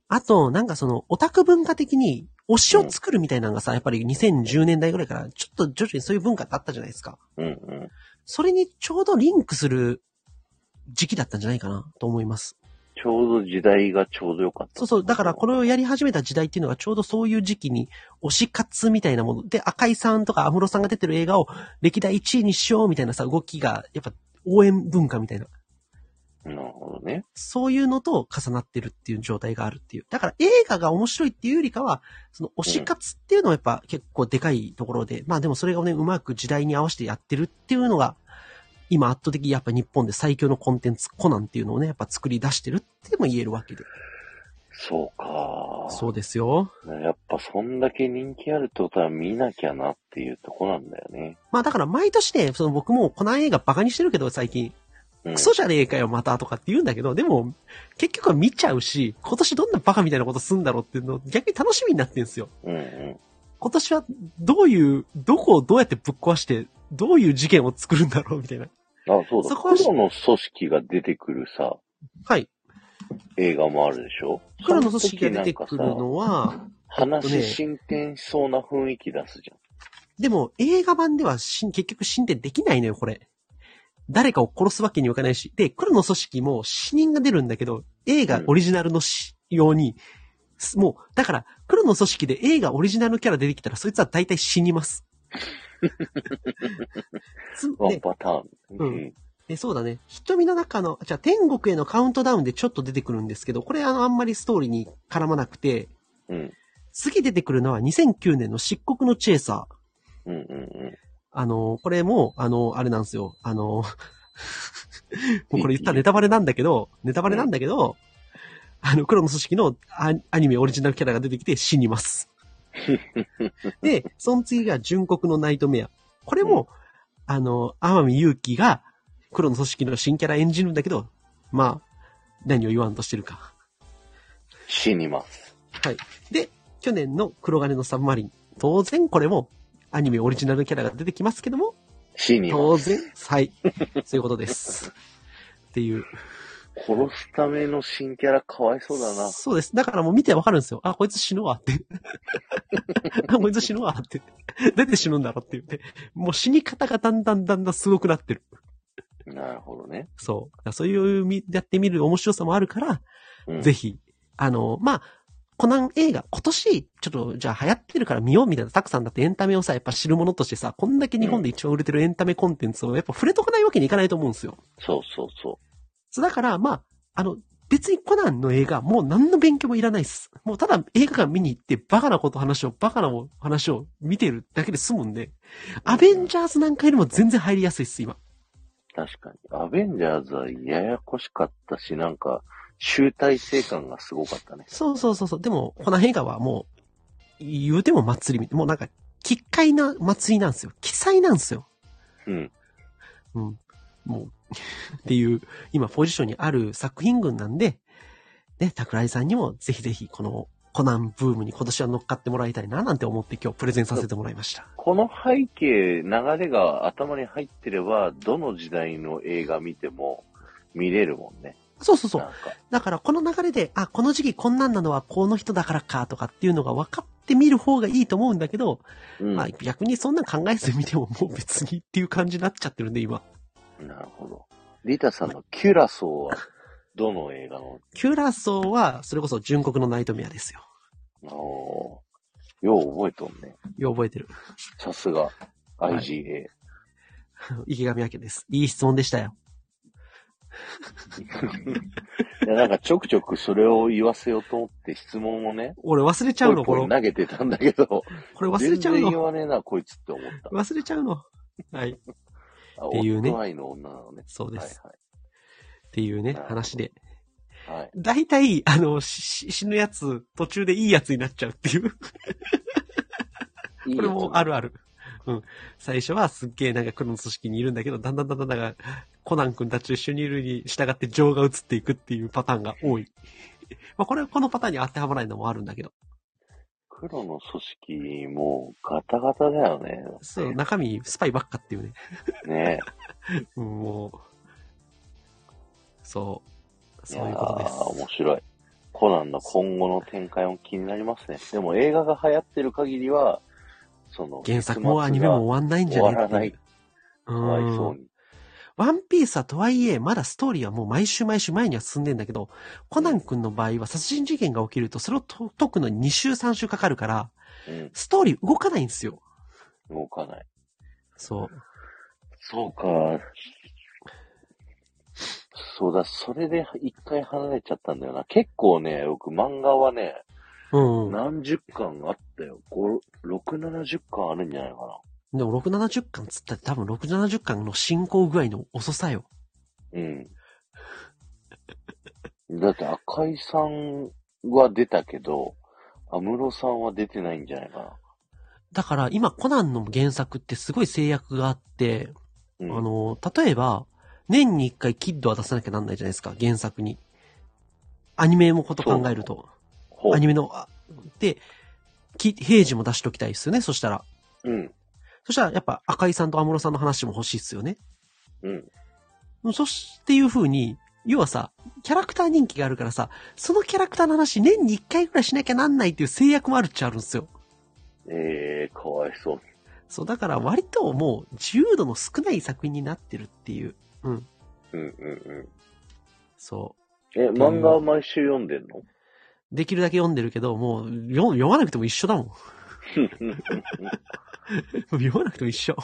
あと、なんかその、オタク文化的に、推しを作るみたいなのがさ、やっぱり2010年代ぐらいから、ちょっと徐々にそういう文化ってあったじゃないですか。うんうん。それにちょうどリンクする時期だったんじゃないかなと思います。ちょうど時代がちょうどよかった。そうそう。だからこれをやり始めた時代っていうのがちょうどそういう時期に推し活みたいなもの。で、赤井さんとか安室さんが出てる映画を歴代1位にしようみたいなさ、動きが、やっぱ応援文化みたいな。なるほどね。そういうのと重なってるっていう状態があるっていう。だから映画が面白いっていうよりかは、その推し活っていうのはやっぱ結構でかいところで、まあでもそれがね、うまく時代に合わせてやってるっていうのが、今圧倒的にやっぱ日本で最強のコンテンツコナンっていうのをね、やっぱ作り出してるっても言えるわけで。そうか。そうですよ。やっぱそんだけ人気あるってことは見なきゃなっていうとこなんだよね。まあだから毎年ね、その僕もコナン映画バカにしてるけど最近、うん、クソじゃねえかよまたとかって言うんだけど、でも結局は見ちゃうし、今年どんなバカみたいなことすんだろうっていうの逆に楽しみになってんすよ。うんうん。今年はどういう、どこをどうやってぶっ壊して、どういう事件を作るんだろうみたいな。あ、そうだ。そこは黒の組織が出てくるさ、はい。映画もあるでしょ黒の組織が出てくるその時なんかのは、さ話進展しそうな雰囲気出すじでも映画版ではし結局進展できないのよ、これ。誰かを殺すわけにはいかないし。で、黒の組織も死人が出るんだけど、映画オリジナルのしように、すもう、だから、黒の組織で映画オリジナルのキャラ出てきたら、そいつは大体死にます。つワンでパターン。うんえそうだね。瞳の中の、じゃあ天国へのカウントダウンでちょっと出てくるんですけど、これあの、あんまりストーリーに絡まなくて、うん。次出てくるのは2009年の漆黒のチェイサー。うん。うん。うん。あの、これも、あの、あれなんですよ。あの、もうこれ言ったらネタバレなんだけど、ネタバレなんだけど、あの、黒の組織のアアニメオリジナルキャラが出てきて死にます。で、その次が純国のナイトメア。これも、あの、天海祐希が黒の組織の新キャラ演じるんだけど、まあ、何を言わんとしてるか。死にます。で、去年の黒金のサブマリン。当然これもアニメオリジナルキャラが出てきますけども、死にます。当然、はい。 そういうことです。っていう。殺すための新キャラかわいそうだな。そうです。だからもう見てわかるんですよ。あ、こいつ死ぬわって。 あ、こいつ死ぬわって。出て死ぬんだろって言って。もう死に方がだんだんだんだんすごくなってる。なるほどね。そう。だからそういうみ、やってみる面白さもあるから、うん、ぜひ。あの、まあ、コナン映画、今年、ちょっと、じゃあ流行ってるから見ようみたいな、たくさんだってエンタメをさ、やっぱ知るものとしてさ、こんだけ日本で一番売れてるエンタメコンテンツを、やっぱ触れとかないわけにいかないと思うんですよ。そうそうそそうだから、まあ、あの、別にコナンの映画、もう何の勉強もいらないです。もうただ映画館見に行って、バカなこと話を、バカな話を見てるだけで済むんで、アベンジャーズなんかよりも全然入りやすいっす、今。う。確かに。アベンジャーズはややこしかったし、なんか、集大成感がすごかったね。そうそうそうそう。でも、この映画はもう、言うても祭りみたい。もうなんか、奇怪な祭りなんですよ。奇祭なんですよ。うん。うん。 もう、っていう、今ポジションにある作品群なんで、ね、桜井さんにもぜひぜひこのコナンブームに今年は乗っかってもらいたいななんて思って今日プレゼンさせてもらいました。この背景、流れが頭に入ってれば、どの時代の映画見ても見れるもんね。そうそうそうな。んか。だからこの流れで、あ、この時期こんなんなのはこの人だからかとかっていうのが分かってみる方がいいと思うんだけど、うん。まあ逆にそんなん考えず見てももう別にっていう感じになっちゃってるんで今。なるほど。リタさんのキュラソーは、どの映画のキュラソーはそれこそ純国のナイトメアですよ。おーよう覚えとんね。よう覚えてる。 さすが、い IGA。池上明です。いい質問でしたよ。いや、なんかちょくちょくそれを言わせようと思って質問をね、俺忘れちゃうポの、イこポのイ。投げてたんだけど、これ忘れちゃう全然言の。わねえな、こいつって思った。忘れちゃうの。はい。あっていうね夫愛の女なのね。そうではいす。っていうね、なるほど話で。はい。はい。大体、あの、しし死ぬやつ、途中でいいやつになっちゃうっていう。いいやこれつもあるある。うん。最初はすっげえなんか黒の組織にいるんだけど、だんだんだんだんだんなんかコナン君たちと一緒にいるに従って情が移っていくっていうパターンが多い。まあこれはこのパターンに当てはまらないのもあるんだけど。黒の組織、もうガタガタだよね。そう、中身スパイばっかっていうね。ねうんもう。そう。え。 そういうことですやー。面白い。コナンの今後の展開も気になりますね。でも映画が流行ってる限りは、その、原作もアニメも終わんないんじゃねえっていう。。かわいそううんに。ワンピースはとはいえ、まだストーリーはもう毎週毎週前には進んでんだけど、コナン君の場合は殺人事件が起きると、それをと解くのに2週3週かかるから、うん、ストーリー動かないんですよ。動かない。そう。そうか。そうだ、それで一回離れちゃったんだよな。結構ね、僕漫画はね、うん。何十巻あったよ。5、6、70巻あるんじゃないかでも6、70巻つったら多分6、70巻の進行具合の遅さよ。な。 うん。だって赤井さんは出たけど、安室さんは出てないんじゃないかだから今コナンの原作ってすごい制約があって、な。うん、あの、例えば、年に一回キッドは出さなきゃなんないじゃないですか、原作に。アニメもこと考えると。ほうアニメの、あで、き平時も出しときたいですよね、そしたら。うん、そしたら、やっぱ赤井さんと安室さんの話も欲しいですよね。うん。そしていう風に、要はさ、キャラクター人気があるからさ、そのキャラクターの話年に一回ぐらいしなきゃなんないっていう制約もあるっちゃあるんですよ。ええー、かわいそう。そう、だから割ともう自由度の少ない作品になってるっていう。うん、うん、うん。そえ、漫画は毎週読んでんのできるだけ読んでるけど、もう読読まなくても一緒だもん。読まなくても一緒。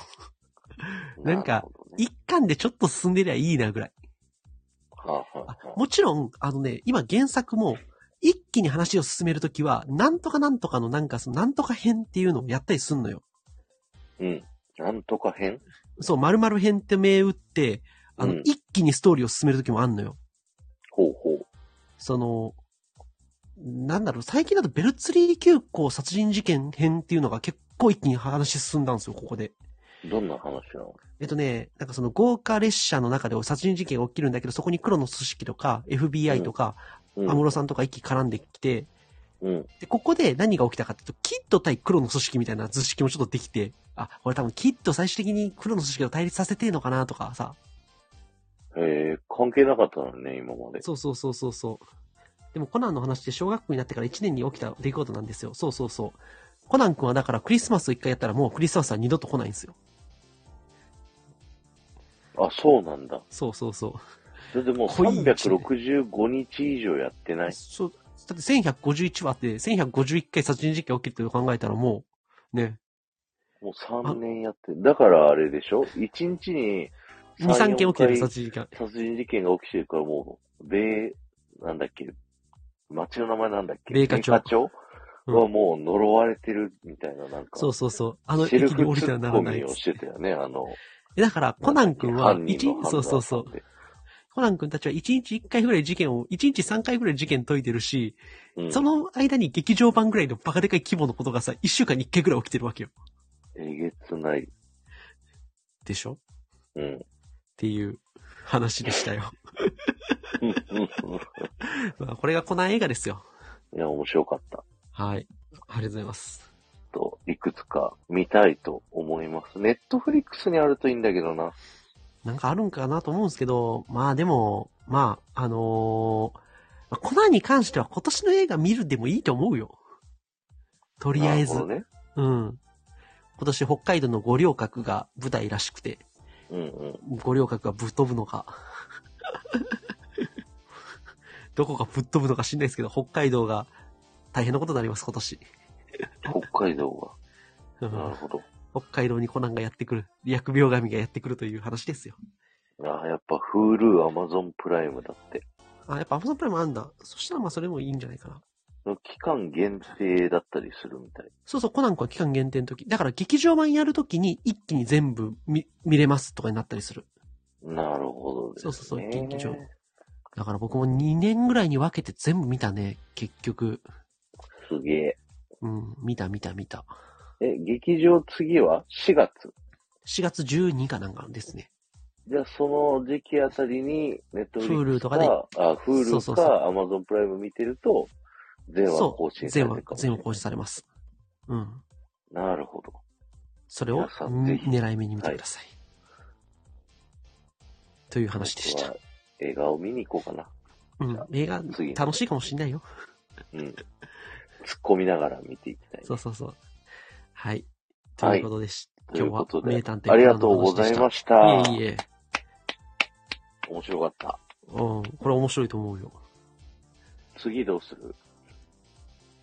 なんるかほどね、一巻でちょっと進んでりゃいいなぐらい。はあ、はああはあもちろん、あのね、今原作も、一気に話を進めるときは、なんとかなんとかのなんか、そのなんとか編っていうのをやったりすんのよ。うん。なんとか編そう、〇〇編って銘打って、あの、うん一気にストーリーを進めるときもあんのよ。ほうほう。その、なんだろう、最近だとベルツリー急行殺人事件編っていうのが結構一気に話進んだんですよ、ここで。どんな話なのえっとね、なんかその豪華列車の中で殺人事件が起きるんだけど、そこに黒の組織とか、FBI とか、うん。安室さんとか一気に絡んできて、うん。で、ここで何が起きたかっていうと、キッド対黒の組織みたいな図式もちょっとできて、あ、これ多分キッド最終的に黒の組織を対立させてえのかなとかさ、えー、関係なかったのね、今まで。そうそうそうそうそう。でもコナンの話って小学校になってから1年に起きた出来事なんですよ。そうそうそう。コナン君はだからクリスマスを1回やったらもうクリスマスは二度と来ないんですよ。あ、そうなんだ。そうそうそう。それでもう濃い一年365日以上やってない。そう、だって1151話あって、1151回殺人事件起きてると考えたらもう、ね、もう3年やってる。だからあれでしょ ?1 日に2、3件起きてる殺殺人事件。人事件が起きてるからもう、米、なんだっけ町の名前なんだっけ米花町米花う町んはもう呪われてるみたいな、なんか。そうそうそう。あの、セ駅ルフにツ降りてはなッらコないミを。してたよね、あの。だから、コナン君は、犯一人の日、そうそうそう判。断コナン君たちは1日1回ぐらい事件を、1日3回ぐらい事件解いてるし、さんでうんその間に劇場版ぐらいのバカでかい規模のことがさ、1週間に1回ぐらい起きてるわけよ。えげつない。でしょっうん。うん ていう話でしたよ。うんまあ、これがコナン映画ですよ。いや、面白かった。はい。ありがとうございます。と、いくつか見たいと思います。ネットフリックスにあるといいんだけどな。なんかあるんかなと思うんですけど、まあでも、まあ、あのーまあコナンに関しては今年の映画見るでもいいと思うよ。とりあえず。なるほどね。うん。今年北海道の五稜郭が舞台らしくて、うんうん。五稜郭がぶっ飛ぶの か。どこがぶっ飛ぶのか知んないですけど、北海道が大変なことになります、今年。北海道うが。なるんほど。北海道にコナンがやってくる、疫病神がやってくるという話ですよ。ああ、やっぱ Hulu、Amazon プライムだって。あ、やっぱアマゾンプライムあるんだ。そしたらまあそれもいいんじゃないかな。期間限定だったりするみたい。そうそう、コナン君は期間限定の時。だから劇場版やる時に一気に全部見見れますとかになったりする。なるほどです、そね。うそうそう劇場だから僕も2年ぐらいに分けて全部見たね、結局。すげえ。うん、見た見た見た。え、劇場次は4月。 4月12かなんかですね。じゃあ、その時期あたりに、ネットフリック Hulu スとか、かであ、Hulu そうそうそか、Amazon プライム見てると、全話そ更う。新され全て話るか、もしれ全な話い。更新されます。うん。なるほど。それを皆さんぜひ狙い目に見てください。という話でし僕たは。映画を見に行こうかな。 うん。映画次、楽しいかもしんないよ。うん。突っ込みながら見ていきたい。そうそうそう。はい。とはいいうことでし、という今こと日はで名探偵ありがとうございましした。いえいえ。面白かった。うん。これ面白いと思うよ。次どうする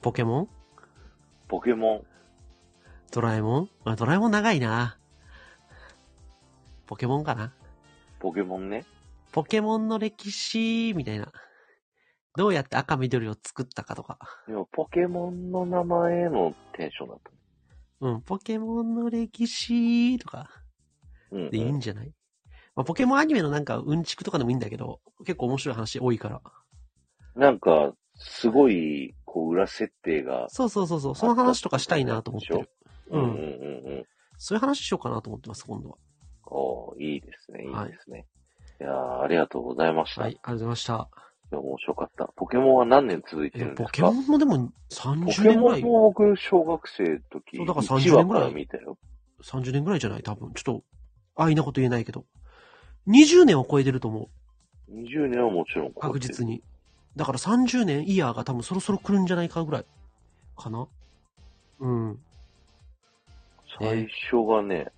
ポケモンポケモン。ドラえもんあドラえもん長いな。ポケモンかなポケモンね。ポケモンの歴史、みたいな。どうやって赤緑を作ったかとか。でも、ポケモンの名前のテンションだった。うん、ポケモンの歴史とかうん、うん。でいいんじゃない、まあ、ポケモンアニメのなんかうんちくとかでもいいんだけど、結構面白い話多いから。なんか、すごい、こう、裏設定が。そうそうそうそう、その話とかしたいなと思ってる。ううんんうんうんうん。そういう話しようかなと思ってます、今度は。おーいいですね、いいはいですね。い、やーありがとうございました。はい、ありがとうございました。でも面白かった。ポケモンは何年続いてえるんでポすケかモンもでもポ30ケ年ぐモらンい、も僕、小学生の時、そうだから1 30話年ぐからいら見たよ。 30年ぐらいじゃない多分。ちょっと、あいなこと言えないけど。20年は超えてると思う。 20年はもちろんこうやって確実に。だから30年イヤーが多分そろそろ来るんじゃないかぐらい。かなうん。最初がね、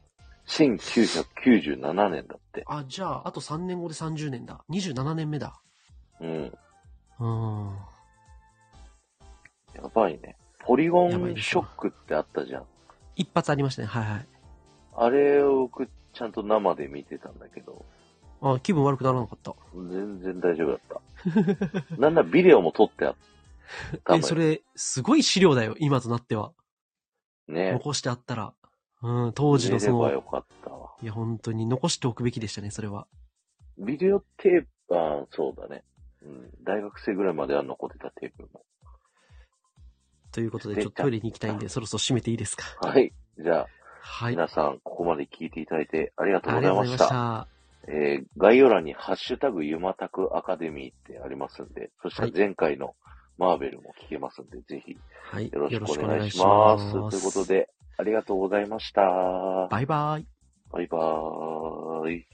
1997年だって。あ、じゃあ、あと3年後で30年だ。27年目だ。うん。うん。やばいね。ポリゴやばいンでしショょックってあったじゃん。一発ありましたね。はいはい。あれを僕ちゃんと生で見てたんだけど、あ気分悪くならなかった。全然大丈夫だ った。なんならビデオも撮ってあったのえ、よ。それ、すごい資料だよ、今となっては。ね。残してあったら。うん、当時のそ見ればよの、かったわ。いや、本当に残しておくべきでしたね、それは。ビデオテープ、ああ、そうだね。うん。大学生ぐらいまでは残ってたテープも。ということで、出ちたょっとトイレに行きたいんで、そろそろ閉めていいですか。はい。じゃあ、はい。皆さん、ここまで聞いていただいてありがとうあございりがとうまございしまたし。た。えー概要欄にハッシュタグゆまたくアカデミーってありますんで、そしたらはい前回のマーベルも聞けますんで、ぜひはい。よろしよろしくくおお願願いいししま。ますす。ということで、ありがとうございました。バイバイ。バイバーイ。